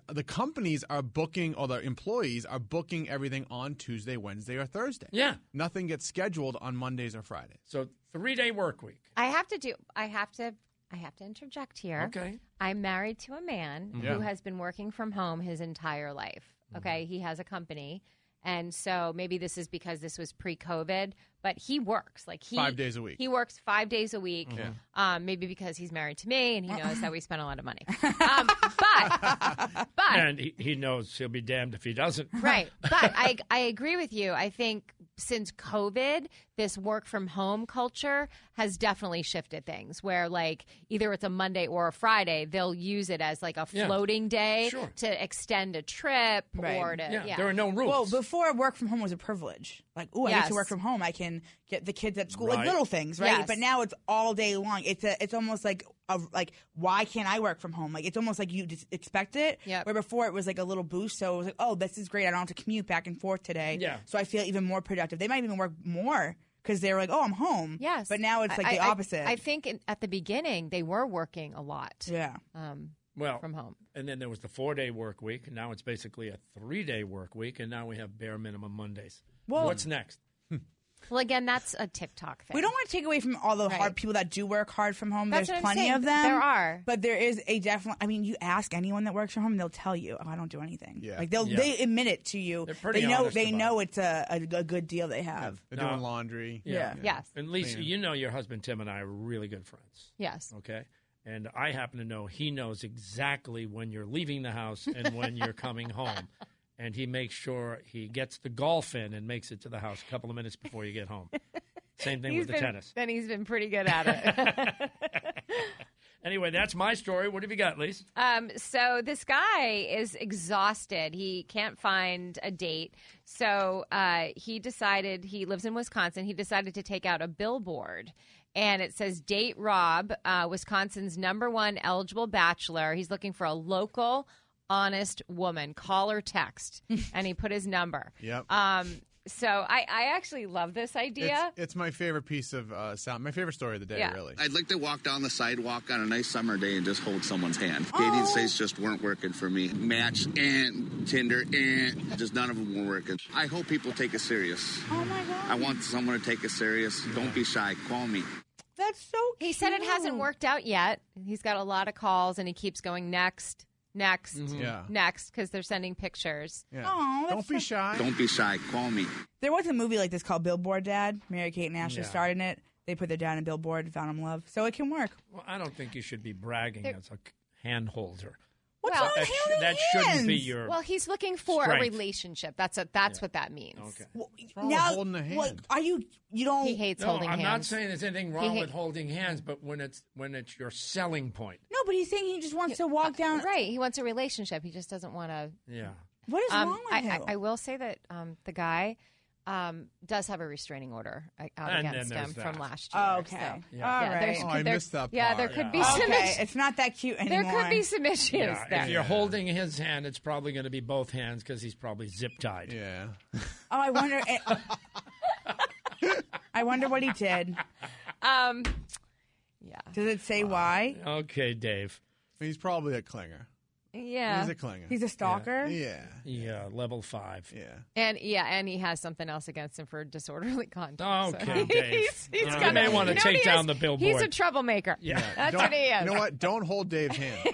[SPEAKER 10] the- the companies are booking, or the employees are booking everything on Tuesday, Wednesday, or Thursday.
[SPEAKER 2] Yeah.
[SPEAKER 10] Nothing gets scheduled on Mondays or Fridays.
[SPEAKER 2] So three day work week.
[SPEAKER 3] I have to do. I have to. I have to interject here.
[SPEAKER 2] Okay.
[SPEAKER 3] I'm married to a
[SPEAKER 10] Mm-hmm.
[SPEAKER 3] man
[SPEAKER 2] Yeah.
[SPEAKER 3] who has been working from home his entire life. Okay. He has a company. And so maybe this is because this was pre COVID, but he works like he
[SPEAKER 10] Five days a week.
[SPEAKER 3] He works five days a week.
[SPEAKER 10] Yeah.
[SPEAKER 3] Um, maybe because he's married to me and he knows that we spend a lot of money. Um, but but
[SPEAKER 2] And he, he knows he'll be damned if he doesn't.
[SPEAKER 3] Right. But I, I agree with you. I think since COVID, this work from home culture has definitely shifted things where, like, either it's a Monday or a Friday, they'll use it as like a
[SPEAKER 11] Yeah.
[SPEAKER 3] floating day
[SPEAKER 11] Sure.
[SPEAKER 3] to extend a trip or to, yeah.
[SPEAKER 11] Well, before work from home was a privilege. Like, oh, I get
[SPEAKER 3] Yes.
[SPEAKER 11] to work from home. I can get the kids at school,
[SPEAKER 3] Right.
[SPEAKER 11] like little things, right?
[SPEAKER 3] Yes.
[SPEAKER 11] But now it's all day long. It's a, it's almost like a, like why can't I work from home? Like it's almost like you just expect it. Yeah. Where before it was like a little boost, so it was like, oh, this is great. I don't have to commute back and forth today.
[SPEAKER 3] Yeah.
[SPEAKER 11] So I feel even more productive. They might even work more because they were like, oh, I'm home.
[SPEAKER 3] Yes.
[SPEAKER 11] But now it's like
[SPEAKER 3] I-
[SPEAKER 11] the
[SPEAKER 3] I-
[SPEAKER 11] opposite.
[SPEAKER 3] I, think in, at the beginning, they were working a lot.
[SPEAKER 11] Yeah.
[SPEAKER 3] Um,
[SPEAKER 2] Well,
[SPEAKER 3] from home.
[SPEAKER 2] And then there was the four day work week. And now it's basically a three day work week. And now we have bare minimum Mondays.
[SPEAKER 11] Well-
[SPEAKER 2] What's next?
[SPEAKER 3] Well, again, that's a TikTok thing.
[SPEAKER 11] We don't want to take away from all the hard people that do work hard from home.
[SPEAKER 3] That's
[SPEAKER 11] There's
[SPEAKER 3] what I'm
[SPEAKER 11] plenty
[SPEAKER 3] saying.
[SPEAKER 11] of them.
[SPEAKER 3] There are.
[SPEAKER 11] but there is a definite. I mean, you ask anyone that works from home, they'll tell you, "Oh, I don't do anything."
[SPEAKER 10] Yeah.
[SPEAKER 11] like they'll
[SPEAKER 10] Yeah.
[SPEAKER 11] they admit it to you.
[SPEAKER 10] They're pretty
[SPEAKER 11] they know
[SPEAKER 10] honest
[SPEAKER 11] they
[SPEAKER 10] about
[SPEAKER 11] know it's a, a, a good deal they have.
[SPEAKER 10] They're doing laundry.
[SPEAKER 11] Yeah. Yes.
[SPEAKER 2] And Lisa,
[SPEAKER 11] Yeah.
[SPEAKER 2] you know your husband Tim and I are really good friends.
[SPEAKER 3] Yes.
[SPEAKER 2] Okay. And I happen to know he knows exactly when you're leaving the house and when you're coming home. And he makes sure he gets the golf in and makes it to the house a couple of minutes before you get home. Same thing
[SPEAKER 3] He's
[SPEAKER 2] with the
[SPEAKER 3] been-
[SPEAKER 2] tennis.
[SPEAKER 3] Then he's been pretty good at it.
[SPEAKER 2] Anyway, that's my story. What have you got, Lisa?
[SPEAKER 3] Um, so this guy is exhausted. He can't find a date. So uh, he decided he lives in Wisconsin. He decided to take out a billboard. And it says, Date Rob, uh, Wisconsin's number one eligible bachelor. He's looking for a local, honest woman. Call or text. and he put his number.
[SPEAKER 10] Yep.
[SPEAKER 3] Um, so I, I actually love this idea.
[SPEAKER 10] It's, it's my favorite piece of uh, sound. My favorite story of the day,
[SPEAKER 3] Yeah.
[SPEAKER 10] really.
[SPEAKER 16] I'd like to walk down the sidewalk on a nice summer day and just hold someone's hand. Dating
[SPEAKER 11] Oh.
[SPEAKER 16] sites just weren't working for me. Match and Tinder and just none of them were working. I hope people take it serious.
[SPEAKER 11] Oh my god.
[SPEAKER 16] I want someone to take it serious. Don't be shy. Call me.
[SPEAKER 11] That's so
[SPEAKER 3] He said it hasn't worked out yet. He's got a lot of calls and he keeps going next, next,
[SPEAKER 16] Mhm. Yeah.
[SPEAKER 3] next because they're sending pictures.
[SPEAKER 10] Yeah.
[SPEAKER 11] Oh,
[SPEAKER 10] Don't be shy.
[SPEAKER 16] Don't be shy. Call me.
[SPEAKER 11] There was a movie like this called Billboard Dad. Mary Kate and Ashley
[SPEAKER 2] Yeah.
[SPEAKER 11] starred in it. They put their dad in Billboard, found him love, so it can work.
[SPEAKER 2] Well, I don't think you should be bragging
[SPEAKER 3] There-
[SPEAKER 2] as a hand holder.
[SPEAKER 11] What's
[SPEAKER 3] well,
[SPEAKER 11] wrong
[SPEAKER 2] That,
[SPEAKER 11] with
[SPEAKER 2] sh- that shouldn't be your.
[SPEAKER 3] Well, he's looking for
[SPEAKER 2] strength.
[SPEAKER 3] a relationship. That's a, that's what that means.
[SPEAKER 2] Okay.
[SPEAKER 11] now, Like, are you? You don't.
[SPEAKER 3] He hates
[SPEAKER 2] no,
[SPEAKER 3] holding
[SPEAKER 2] I'm not
[SPEAKER 3] hands.
[SPEAKER 2] saying there's anything
[SPEAKER 3] He
[SPEAKER 2] wrong
[SPEAKER 3] ha-
[SPEAKER 2] with holding hands, but when it's when it's your selling point.
[SPEAKER 11] No, but he's saying he just wants to walk down.
[SPEAKER 3] uh, Right. He wants a relationship. He just doesn't want to.
[SPEAKER 2] Yeah.
[SPEAKER 11] What is
[SPEAKER 3] Um,
[SPEAKER 11] wrong with
[SPEAKER 3] I,
[SPEAKER 11] him?
[SPEAKER 3] I, I will say that um, the guy um, does have a restraining order uh, out
[SPEAKER 11] And then
[SPEAKER 3] against him
[SPEAKER 11] there's
[SPEAKER 3] from
[SPEAKER 11] that.
[SPEAKER 3] last year.
[SPEAKER 11] Oh, okay.
[SPEAKER 3] So,
[SPEAKER 11] Yeah. All
[SPEAKER 3] there's-
[SPEAKER 11] right. Oh, I
[SPEAKER 3] there-
[SPEAKER 11] missed that
[SPEAKER 3] Yeah,
[SPEAKER 11] part.
[SPEAKER 3] there could be
[SPEAKER 11] Yeah.
[SPEAKER 3] some.
[SPEAKER 11] Okay,
[SPEAKER 3] is-
[SPEAKER 11] it's not that cute
[SPEAKER 3] There
[SPEAKER 11] anymore.
[SPEAKER 3] could be some issues
[SPEAKER 2] Yeah,
[SPEAKER 3] there.
[SPEAKER 2] if you're holding his hand, it's probably going to be both hands because he's probably zip tied.
[SPEAKER 10] Yeah.
[SPEAKER 11] Oh, I wonder. I wonder what he did.
[SPEAKER 3] Um, yeah.
[SPEAKER 11] Does it say why?
[SPEAKER 2] Okay, Dave.
[SPEAKER 10] He's probably a clinger.
[SPEAKER 3] Yeah.
[SPEAKER 10] He's a clinger.
[SPEAKER 11] He's a stalker?
[SPEAKER 10] Yeah.
[SPEAKER 2] Yeah, level five.
[SPEAKER 10] Yeah.
[SPEAKER 3] And yeah, and he has something else against him for disorderly conduct. so-
[SPEAKER 2] Okay, Dave.
[SPEAKER 3] he's, he's
[SPEAKER 2] You
[SPEAKER 3] got
[SPEAKER 2] may
[SPEAKER 3] a-
[SPEAKER 2] wanna
[SPEAKER 3] you know
[SPEAKER 2] take
[SPEAKER 3] what he
[SPEAKER 2] down
[SPEAKER 3] is?
[SPEAKER 2] the
[SPEAKER 3] He's a
[SPEAKER 2] billboard.
[SPEAKER 3] troublemaker.
[SPEAKER 2] Yeah.
[SPEAKER 3] that's
[SPEAKER 10] Don't-
[SPEAKER 3] what he is.
[SPEAKER 10] You know what? Don't hold Dave's hand.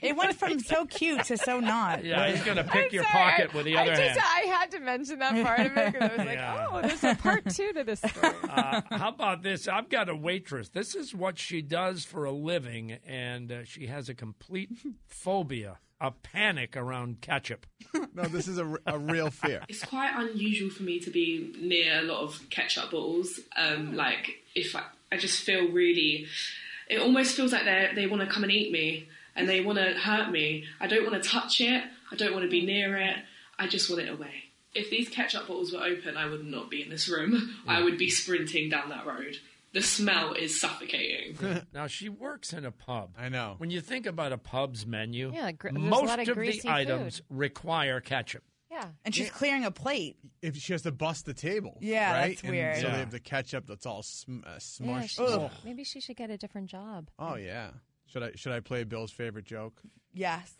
[SPEAKER 11] It went from so cute to so not.
[SPEAKER 2] Yeah, he's going to pick your
[SPEAKER 3] Sorry,
[SPEAKER 2] pocket with the
[SPEAKER 3] I
[SPEAKER 2] other hand.
[SPEAKER 3] just, I had to mention that part of it because I was like,
[SPEAKER 2] Yeah.
[SPEAKER 3] oh, there's a part two to this story.
[SPEAKER 2] Uh, how about this? I've got a waitress. This is what she does for a living, and uh, she has a complete phobia a panic around ketchup.
[SPEAKER 10] no, this is a, a real fear.
[SPEAKER 17] It's quite unusual for me to be near a lot of ketchup bottles. Um, like if I, I just feel really, it almost feels like they they want to come and eat me and they want to hurt me. I don't want to touch it. I don't want to be near it. I just want it away. If these ketchup bottles were open, I would not be in this room. I would be sprinting down that road. The smell is suffocating.
[SPEAKER 2] now she works in a pub.
[SPEAKER 10] I know.
[SPEAKER 2] When you think about a pub's menu,
[SPEAKER 3] Yeah, gr- there's a
[SPEAKER 2] most
[SPEAKER 3] lot of
[SPEAKER 2] the
[SPEAKER 3] greasy
[SPEAKER 2] items
[SPEAKER 3] food.
[SPEAKER 2] require ketchup.
[SPEAKER 3] Yeah.
[SPEAKER 11] And she's clearing a plate.
[SPEAKER 10] If she has to bust the table,
[SPEAKER 11] Yeah,
[SPEAKER 10] right?
[SPEAKER 11] that's
[SPEAKER 10] And
[SPEAKER 11] weird.
[SPEAKER 10] so
[SPEAKER 11] Yeah.
[SPEAKER 10] they have the ketchup that's all sm- uh,
[SPEAKER 3] Yeah,
[SPEAKER 10] smushed.
[SPEAKER 3] she should, maybe she should get a different job.
[SPEAKER 10] Oh yeah. Should I should I play Bill's favorite joke?
[SPEAKER 11] Yes.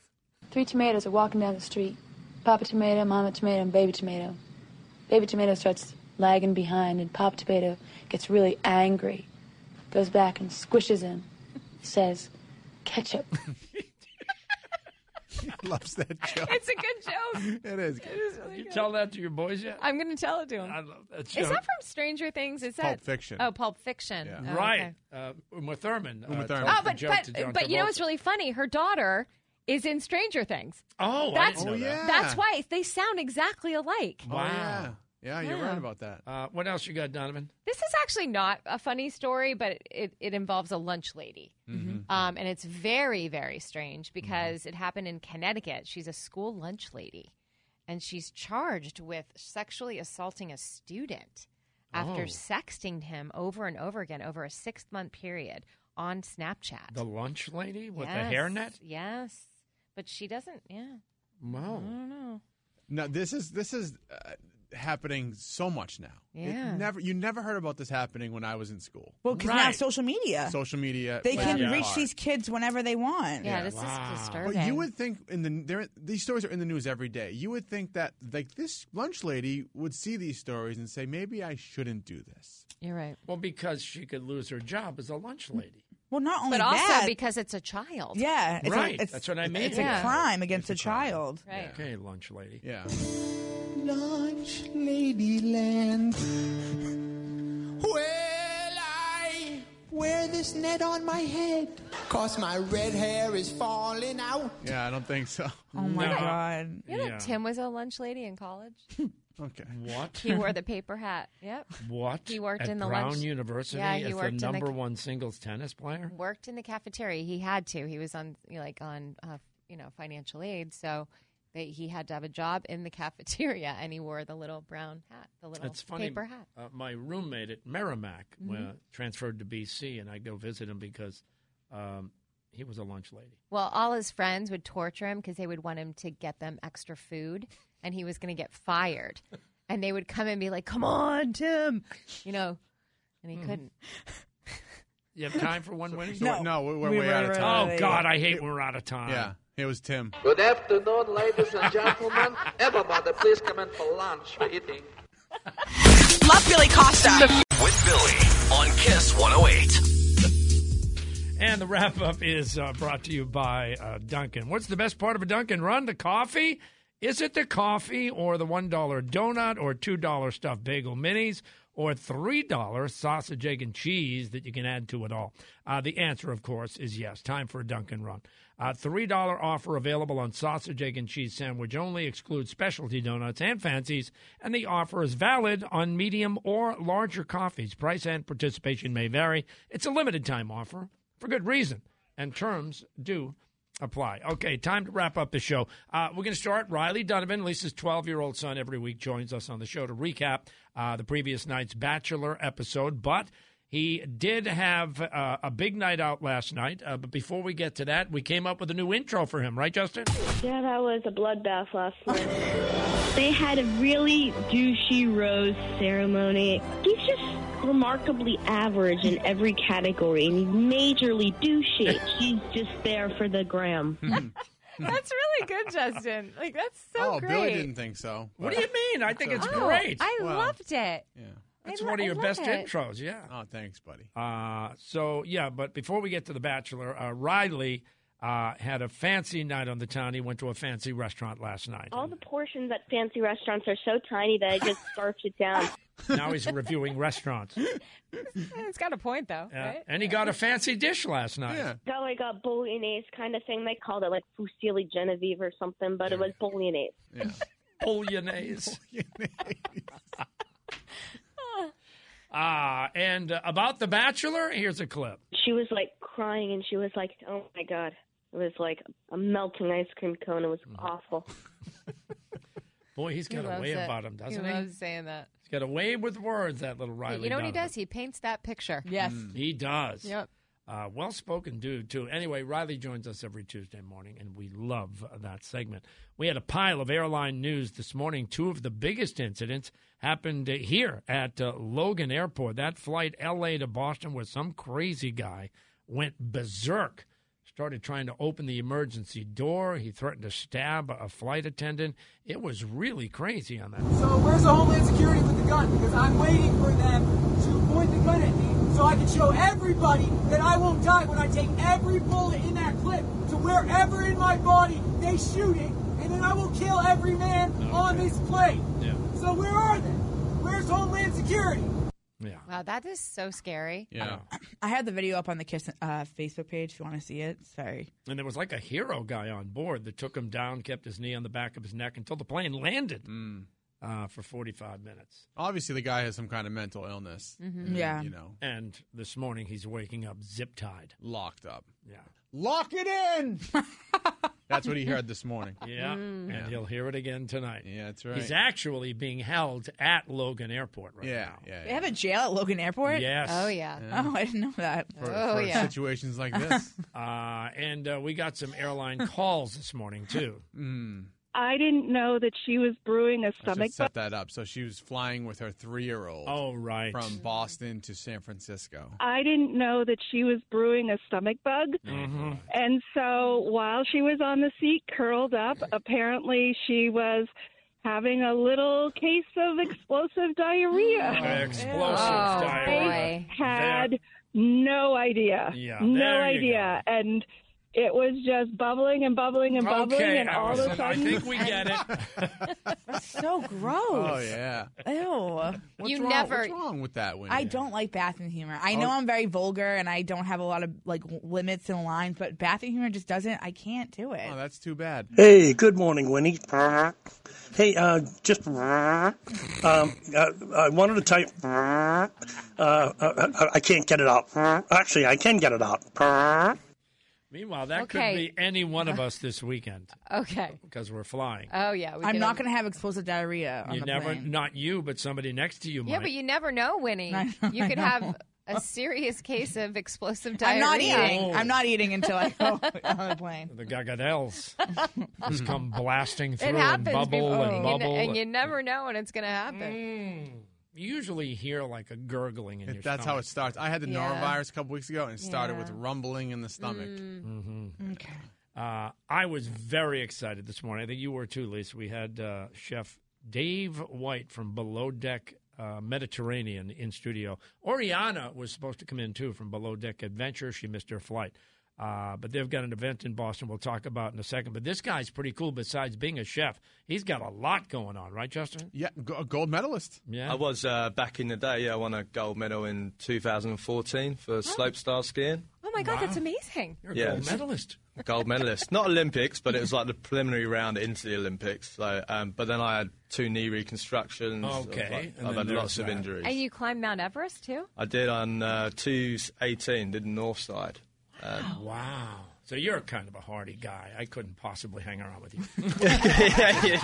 [SPEAKER 18] Three tomatoes are walking down the street. Papa tomato, mama tomato, and baby tomato. Baby tomato starts lagging behind, and Papa tomato gets really angry, goes back and squishes him, says, ketchup.
[SPEAKER 10] Loves that joke.
[SPEAKER 3] It's a good joke.
[SPEAKER 10] it is.
[SPEAKER 3] It is really
[SPEAKER 2] you
[SPEAKER 3] good.
[SPEAKER 2] tell that to your boys yet?
[SPEAKER 3] I'm going to tell it to him.
[SPEAKER 2] I love that
[SPEAKER 3] Is
[SPEAKER 2] joke.
[SPEAKER 3] that from Stranger Things? Is that
[SPEAKER 2] Pulp Fiction.
[SPEAKER 3] Oh, Pulp Fiction. Oh,
[SPEAKER 2] right.
[SPEAKER 3] okay.
[SPEAKER 2] Uh, Uma Thurman.
[SPEAKER 10] Uma
[SPEAKER 2] uh,
[SPEAKER 10] Thurman.
[SPEAKER 2] tells
[SPEAKER 3] Oh,
[SPEAKER 2] the
[SPEAKER 3] but
[SPEAKER 2] joke to John
[SPEAKER 3] but, but you know
[SPEAKER 2] Travolta.
[SPEAKER 3] what's really funny? Her daughter is in Stranger Things.
[SPEAKER 2] Oh, Oh, I
[SPEAKER 3] that's
[SPEAKER 2] didn't know that.
[SPEAKER 3] that's why they sound exactly alike.
[SPEAKER 2] Wow.
[SPEAKER 10] Oh, Yeah, you're right about that.
[SPEAKER 2] Uh, what else you got, Donovan?
[SPEAKER 3] This is actually not a funny story, but it, it involves a lunch lady.
[SPEAKER 2] Hmm.
[SPEAKER 10] Mm-hmm.
[SPEAKER 2] Mm-hmm.
[SPEAKER 3] Um, and it's very, very strange because it happened in Connecticut. She's a school lunch lady, and she's charged with sexually assaulting a student after
[SPEAKER 2] Oh.
[SPEAKER 3] sexting him over and over again over a six month period on Snapchat.
[SPEAKER 2] The lunch lady with
[SPEAKER 3] Yes,
[SPEAKER 2] the hairnet?
[SPEAKER 3] Yes. But she doesn't, yeah.
[SPEAKER 2] Wow.
[SPEAKER 3] I don't know.
[SPEAKER 10] No, this is this is uh, happening so much now. It
[SPEAKER 3] Yeah.
[SPEAKER 10] never you never heard about this happening when I was in school.
[SPEAKER 11] Well, because now social media.
[SPEAKER 10] Social media.
[SPEAKER 11] They
[SPEAKER 10] plays
[SPEAKER 11] can
[SPEAKER 10] a big
[SPEAKER 11] reach
[SPEAKER 10] part.
[SPEAKER 11] these kids whenever they want.
[SPEAKER 10] But you would think in the there these stories are in the news every day. You would think that like this lunch lady would see these stories and say maybe I shouldn't do this.
[SPEAKER 3] You're right.
[SPEAKER 2] Well, because she could lose her job as a lunch lady.
[SPEAKER 11] Well, not only
[SPEAKER 3] but also
[SPEAKER 11] that-
[SPEAKER 3] because it's a child.
[SPEAKER 11] Yeah, it's a-
[SPEAKER 2] right.
[SPEAKER 11] it's-
[SPEAKER 2] That's what I mean.
[SPEAKER 11] It's a crime against a, child.
[SPEAKER 3] Right.
[SPEAKER 2] Okay, lunch lady.
[SPEAKER 10] Yeah.
[SPEAKER 19] Lunch Ladyland. Well, I wear this net on my head, cause my red hair is falling out.
[SPEAKER 10] Yeah, I don't think so.
[SPEAKER 11] Oh my
[SPEAKER 2] Mm,
[SPEAKER 11] god.
[SPEAKER 3] You know, Tim was a lunch lady in college.
[SPEAKER 10] Okay.
[SPEAKER 2] What?
[SPEAKER 3] He wore the paper hat. Yep.
[SPEAKER 2] What?
[SPEAKER 3] He worked
[SPEAKER 2] At
[SPEAKER 3] in the
[SPEAKER 2] Brown
[SPEAKER 3] lunch-
[SPEAKER 2] University
[SPEAKER 3] Yeah, he
[SPEAKER 2] as
[SPEAKER 3] worked in
[SPEAKER 2] the
[SPEAKER 3] the
[SPEAKER 2] number
[SPEAKER 3] ca-
[SPEAKER 2] one singles tennis player.
[SPEAKER 3] Worked in the cafeteria. He had to. He was on you know, like on uh, you know financial aid, so they, he had to have a job in the cafeteria, and he wore the little brown hat, the little
[SPEAKER 2] It's funny.
[SPEAKER 3] paper hat.
[SPEAKER 2] Uh, my roommate at Merrimack uh,
[SPEAKER 3] Mhm.
[SPEAKER 2] transferred to BC, and I go visit him because um, he was a lunch lady.
[SPEAKER 3] Well, all his friends would torture him because they would want him to get them extra food, and he was going to get fired. And they would come and be like, "Come on, Tim," you know, and he
[SPEAKER 2] Hmm.
[SPEAKER 3] couldn't.
[SPEAKER 2] You have time for one winner?
[SPEAKER 10] So- No. no, we're- we're We way were- out of time.
[SPEAKER 2] Oh, God, I hate when we're out of time.
[SPEAKER 10] Yeah, it was Tim.
[SPEAKER 20] Good afternoon, ladies and gentlemen. Everybody, please come in for lunch. We're eating.
[SPEAKER 11] Love Billy Costa.
[SPEAKER 6] With Billy on Kiss 108.
[SPEAKER 2] And the wrap up is uh, brought to you by uh, Duncan. What's the best part of a Duncan run? The coffee? Is it the coffee or the $1 donut or $2 stuffed bagel minis or $3 sausage, egg, and cheese that you can add to it all? Uh, the answer, of course, is yes. Time for a Duncan run. Uh, $3 offer available on sausage, egg, and cheese sandwich only excludes specialty donuts and fancies, and the offer is valid on medium or larger coffees. Price and participation may vary. It's a limited time offer for good reason, and terms do apply. Okay, time to wrap up the show. Uh, we're going to start. Riley Donovan, Lisa's 12 year old son, every week joins us on the show to recap uh, the previous night's Bachelor episode, but. He did have uh, a big night out last night, uh, but before we get to that, we came up with a new intro for him, right, Justin?
[SPEAKER 21] Yeah, that was a bloodbath last night. they had a really douchey rose ceremony. He's just remarkably average in every category, and he's majorly douchey. She's just there for the gram.
[SPEAKER 3] That's really good, Justin. Like that's so
[SPEAKER 10] Oh,
[SPEAKER 3] great.
[SPEAKER 10] Billy didn't think so.
[SPEAKER 2] What
[SPEAKER 10] but-
[SPEAKER 2] do you mean? I think it's
[SPEAKER 3] Oh,
[SPEAKER 2] great.
[SPEAKER 3] I
[SPEAKER 10] Well,
[SPEAKER 3] loved it.
[SPEAKER 10] Yeah.
[SPEAKER 2] It's one of your best intros, yeah.
[SPEAKER 10] Oh, thanks, buddy.
[SPEAKER 2] Uh, so yeah, but before we get to the Bachelor, uh, Riley uh, had a fancy night on the town. He went to a fancy restaurant last night.
[SPEAKER 21] All the portions at fancy restaurants are so tiny that I just scarfed it down.
[SPEAKER 2] now he's reviewing restaurants.
[SPEAKER 3] it's got a point though,
[SPEAKER 2] Uh,
[SPEAKER 3] right?
[SPEAKER 2] and he got a fancy dish last night.
[SPEAKER 21] Got like a bolognese kind of thing. They called it like fusilli Genevieve or something, but it was bolognese.
[SPEAKER 2] Bolognese. Ah, and uh, about The Bachelor, here's a clip.
[SPEAKER 21] She was like crying and she was like, "Oh my god." It was like a melting ice cream cone. It was awful.
[SPEAKER 2] Boy, he's got a way about him, doesn't he?
[SPEAKER 3] loves saying that.
[SPEAKER 2] He's got a way with words, that little Riley.
[SPEAKER 3] you know what he
[SPEAKER 2] Donovan.
[SPEAKER 3] does? He paints that picture.
[SPEAKER 2] Mm, He does.
[SPEAKER 3] Yep.
[SPEAKER 2] Uh, well spoken dude, too. Anyway, Riley joins us every Tuesday morning, and we love that segment. We had a pile of airline news this morning. Two of the biggest incidents happened uh, here at uh, Logan Airport. That flight, LA to Boston, where some crazy guy went berserk, started trying to open the emergency door. He threatened to stab a flight attendant. It was really crazy on that.
[SPEAKER 22] So where's the Homeland Security with the gun? Because I'm waiting for them to point the gun at me so I can show everybody that I won't die when I take every bullet in that clip to wherever in my body they shoot it, and then I will kill every man on this plane. So where are they? Where's Homeland Security?
[SPEAKER 3] Wow, that is so scary.
[SPEAKER 2] Yeah.
[SPEAKER 11] I had the video up on the Kiss uh, Facebook page if you want to see it. Sorry.
[SPEAKER 2] And there was like a hero guy on board that took him down, kept his knee on the back of his neck until the plane landed uh, for 45 minutes.
[SPEAKER 10] Mm. Obviously, the guy has some kind of mental illness.
[SPEAKER 11] Mm-hmm.
[SPEAKER 10] And,
[SPEAKER 2] Yeah.
[SPEAKER 10] You know,
[SPEAKER 2] And this morning he's waking up zip tied.
[SPEAKER 10] locked up.
[SPEAKER 2] Yeah.
[SPEAKER 10] Lock it in. That's what he heard this morning.
[SPEAKER 2] Yeah.
[SPEAKER 11] Mm.
[SPEAKER 2] And he'll hear it again tonight.
[SPEAKER 10] Yeah, that's right.
[SPEAKER 2] He's actually being held at Logan Airport right
[SPEAKER 10] yeah,
[SPEAKER 2] now.
[SPEAKER 10] yeah,
[SPEAKER 11] They have a jail at Logan Airport?
[SPEAKER 2] Yes. Oh, yeah. Yeah.
[SPEAKER 11] Oh, I didn't know that.
[SPEAKER 10] For-
[SPEAKER 3] Oh,
[SPEAKER 10] for situations like this.
[SPEAKER 2] uh, and uh, we got some airline calls this morning, too.
[SPEAKER 10] Mm.
[SPEAKER 23] I didn't know that she was brewing a
[SPEAKER 10] I
[SPEAKER 23] stomach
[SPEAKER 10] should set that up. So she was flying with her three-year-old.
[SPEAKER 2] Oh, right.
[SPEAKER 10] From Boston to San Francisco.
[SPEAKER 23] I didn't know that she was brewing a stomach bug.
[SPEAKER 2] Mm-hmm.
[SPEAKER 23] And so while she was on the seat curled up, apparently she was having a little case of explosive diarrhea.
[SPEAKER 11] Oh,
[SPEAKER 2] Explosive
[SPEAKER 23] And
[SPEAKER 2] diarrhea.
[SPEAKER 23] I had no idea.
[SPEAKER 2] Yeah,
[SPEAKER 23] no
[SPEAKER 2] there you
[SPEAKER 23] idea. And it was just bubbling and bubbling and bubbling
[SPEAKER 2] okay,
[SPEAKER 23] and all of
[SPEAKER 2] Allison,
[SPEAKER 23] a
[SPEAKER 2] I
[SPEAKER 23] sudden
[SPEAKER 2] think we get it.
[SPEAKER 11] That's so Oh, gross.
[SPEAKER 10] Oh, yeah.
[SPEAKER 11] Ew.
[SPEAKER 10] What's wrong? What's wrong with that, Wendy?
[SPEAKER 11] I don't like bathroom humor. I know
[SPEAKER 10] Oh.
[SPEAKER 11] I'm very vulgar and I don't have a lot of like limits and lines, but bathroom humor just doesn't. I can't do it.
[SPEAKER 10] Oh, that's too bad.
[SPEAKER 24] Hey, good morning, Winnie. Hey, uh, just um, uh, I wanted to type. Uh, uh, uh, I can't get it out. Actually, I can get it out.
[SPEAKER 2] Meanwhile, that
[SPEAKER 11] Okay.
[SPEAKER 2] could be any one of
[SPEAKER 3] Uh-huh.
[SPEAKER 2] us this weekend
[SPEAKER 3] Okay.
[SPEAKER 2] because we're flying.
[SPEAKER 3] Oh yeah.
[SPEAKER 11] I'm not going to have explosive diarrhea on
[SPEAKER 2] You
[SPEAKER 11] the
[SPEAKER 2] never,
[SPEAKER 11] plane.
[SPEAKER 2] not you, but somebody next to you
[SPEAKER 3] Yeah,
[SPEAKER 2] might.
[SPEAKER 3] but you never know, Winnie. you could have a serious case of explosive
[SPEAKER 11] I'm
[SPEAKER 3] diarrhea.
[SPEAKER 11] not eating.
[SPEAKER 2] Oh.
[SPEAKER 11] I'm not eating until I go on the plane.
[SPEAKER 2] the gagadels just come blasting through
[SPEAKER 3] It
[SPEAKER 2] and
[SPEAKER 3] happens
[SPEAKER 2] bubble
[SPEAKER 3] before.
[SPEAKER 2] and Mm.
[SPEAKER 3] You kn-
[SPEAKER 2] bubble.
[SPEAKER 3] and you never know when it's going to happen.
[SPEAKER 2] You usually hear like a gurgling in your
[SPEAKER 10] That's how it
[SPEAKER 2] stomach.
[SPEAKER 10] starts. I had the
[SPEAKER 2] Yeah.
[SPEAKER 10] norovirus a couple weeks ago, and it started with
[SPEAKER 2] Yeah.
[SPEAKER 10] rumbling in the stomach.
[SPEAKER 2] Mhm. Uh, I was very excited this morning. I think you were too, Lisa. We had uh, Chef Dave White from Below Deck uh, Mediterranean in studio. Oriana was supposed to come in too from Below Deck Adventure. She missed her flight. Uh, but they've got an event in Boston we'll talk about in a second. But this guy's pretty cool besides being a chef. He's got a lot going on, right, Justin?
[SPEAKER 10] Yeah, a gold medalist.
[SPEAKER 2] Yeah.
[SPEAKER 4] I was uh, back in the day. Yeah, I won a gold medal in 2014 for slope style skiing.
[SPEAKER 3] Oh my god, that's amazing.
[SPEAKER 2] You're a
[SPEAKER 4] Yeah.
[SPEAKER 2] gold medalist.
[SPEAKER 4] Gold medalist, not Olympics, but it was like the preliminary round into the Olympics. So, um, but then I had two knee reconstructions. I've,
[SPEAKER 2] Okay,
[SPEAKER 4] like-
[SPEAKER 2] and
[SPEAKER 4] I've
[SPEAKER 2] then
[SPEAKER 4] had lots
[SPEAKER 2] there's
[SPEAKER 4] of
[SPEAKER 2] that.
[SPEAKER 4] injuries.
[SPEAKER 3] And you climbed Mount Everest too?
[SPEAKER 4] I did on uh, 218, did the north side. Um,
[SPEAKER 2] Wow. So you're kind of a hardy guy. I couldn't possibly hang around with you.
[SPEAKER 10] You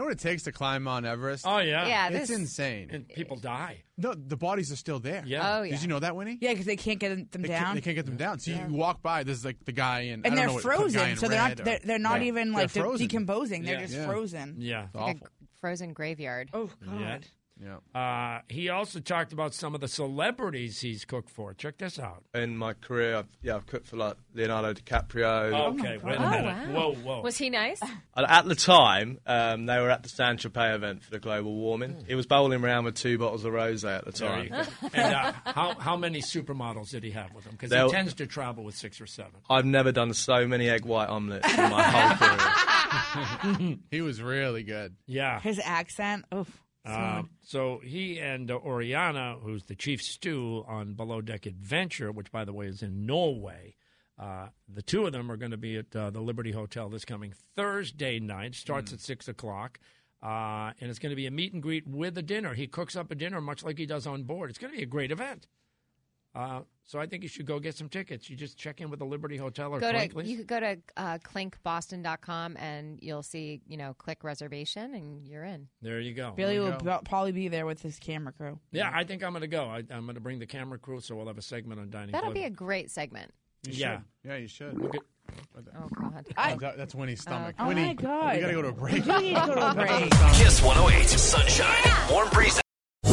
[SPEAKER 10] know what it takes to climb Mount Everest?
[SPEAKER 2] Oh, yeah. Yeah,
[SPEAKER 10] it's
[SPEAKER 2] this-
[SPEAKER 10] insane.
[SPEAKER 2] And people die.
[SPEAKER 10] No, the bodies are still there.
[SPEAKER 2] Yeah.
[SPEAKER 11] Oh, yeah.
[SPEAKER 10] Did you know that, Winnie?
[SPEAKER 11] Yeah, because they can't get them
[SPEAKER 10] They
[SPEAKER 11] down.
[SPEAKER 10] Can't, they can't get them down. So you walk by. There's like the guy in, I
[SPEAKER 11] and
[SPEAKER 10] don't
[SPEAKER 11] they're
[SPEAKER 10] know what- put guy
[SPEAKER 11] frozen,
[SPEAKER 10] in
[SPEAKER 11] so they're
[SPEAKER 10] red
[SPEAKER 11] not
[SPEAKER 10] or-
[SPEAKER 11] they're, they're not
[SPEAKER 10] Yeah.
[SPEAKER 11] even
[SPEAKER 10] They're
[SPEAKER 11] like de-
[SPEAKER 10] frozen.
[SPEAKER 11] decomposing. They're
[SPEAKER 10] Yeah.
[SPEAKER 11] just
[SPEAKER 10] Yeah.
[SPEAKER 11] frozen.
[SPEAKER 2] Yeah. It's
[SPEAKER 3] Like a g- frozen graveyard.
[SPEAKER 11] Oh
[SPEAKER 2] Yeah.
[SPEAKER 10] Yeah.
[SPEAKER 2] Uh, he also talked about some of the celebrities he's cooked for. Check this out.
[SPEAKER 4] in my career, I've, yeah, I've cooked for like Leonardo DiCaprio.
[SPEAKER 2] okay, wait a
[SPEAKER 3] Oh,
[SPEAKER 2] minute.
[SPEAKER 3] wow.
[SPEAKER 2] Whoa, whoa.
[SPEAKER 3] Was he nice?
[SPEAKER 4] And At the time, um, they were at the San Tropez event for the global warming. He was bowling around with two bottles of rosé at the
[SPEAKER 2] Hmm. There
[SPEAKER 4] time.
[SPEAKER 2] you go. and uh, how, how many supermodels did he have with him? Because he
[SPEAKER 4] There-
[SPEAKER 2] tends to travel with six or seven.
[SPEAKER 4] I've never done so many egg white omelets in my whole career. Hmm.
[SPEAKER 10] he was really good.
[SPEAKER 2] Yeah.
[SPEAKER 11] His accent. Oof.
[SPEAKER 2] Um, so he and uh, Oriana, who's the chief stew on Below Deck Adventure, which by the way is in Norway, uh, the two of them are going to be at uh, the Liberty Hotel this coming Thursday night. Starts
[SPEAKER 3] Hmm.
[SPEAKER 2] at six o'clock, uh, and it's going to be a meet and greet with a dinner. He cooks up a dinner much like he does on board. It's going to be a great event. Uh, so I think you should go get some tickets. You just check in with the Liberty Hotel or
[SPEAKER 3] Go to
[SPEAKER 2] Franklin's.
[SPEAKER 3] you could go to uh, clinkboston.com and you'll see you know click reservation and you're in.
[SPEAKER 2] there you go.
[SPEAKER 11] Billy
[SPEAKER 2] Oh, There you
[SPEAKER 11] will
[SPEAKER 2] go.
[SPEAKER 11] pro- probably be there with his camera crew.
[SPEAKER 2] Yeah, I think I'm going to go. I, I'm going to bring the camera crew, so we'll have a segment on dining.
[SPEAKER 3] That'll
[SPEAKER 2] Club.
[SPEAKER 3] be a great segment.
[SPEAKER 2] yeah.
[SPEAKER 10] Yeah, you should.
[SPEAKER 3] Oh God!
[SPEAKER 10] that, that's Winnie's stomach.
[SPEAKER 3] Oh,
[SPEAKER 10] Winnie,
[SPEAKER 3] my God.
[SPEAKER 10] we gotta go to a break.
[SPEAKER 6] Kiss 108, sunshine, warm breeze.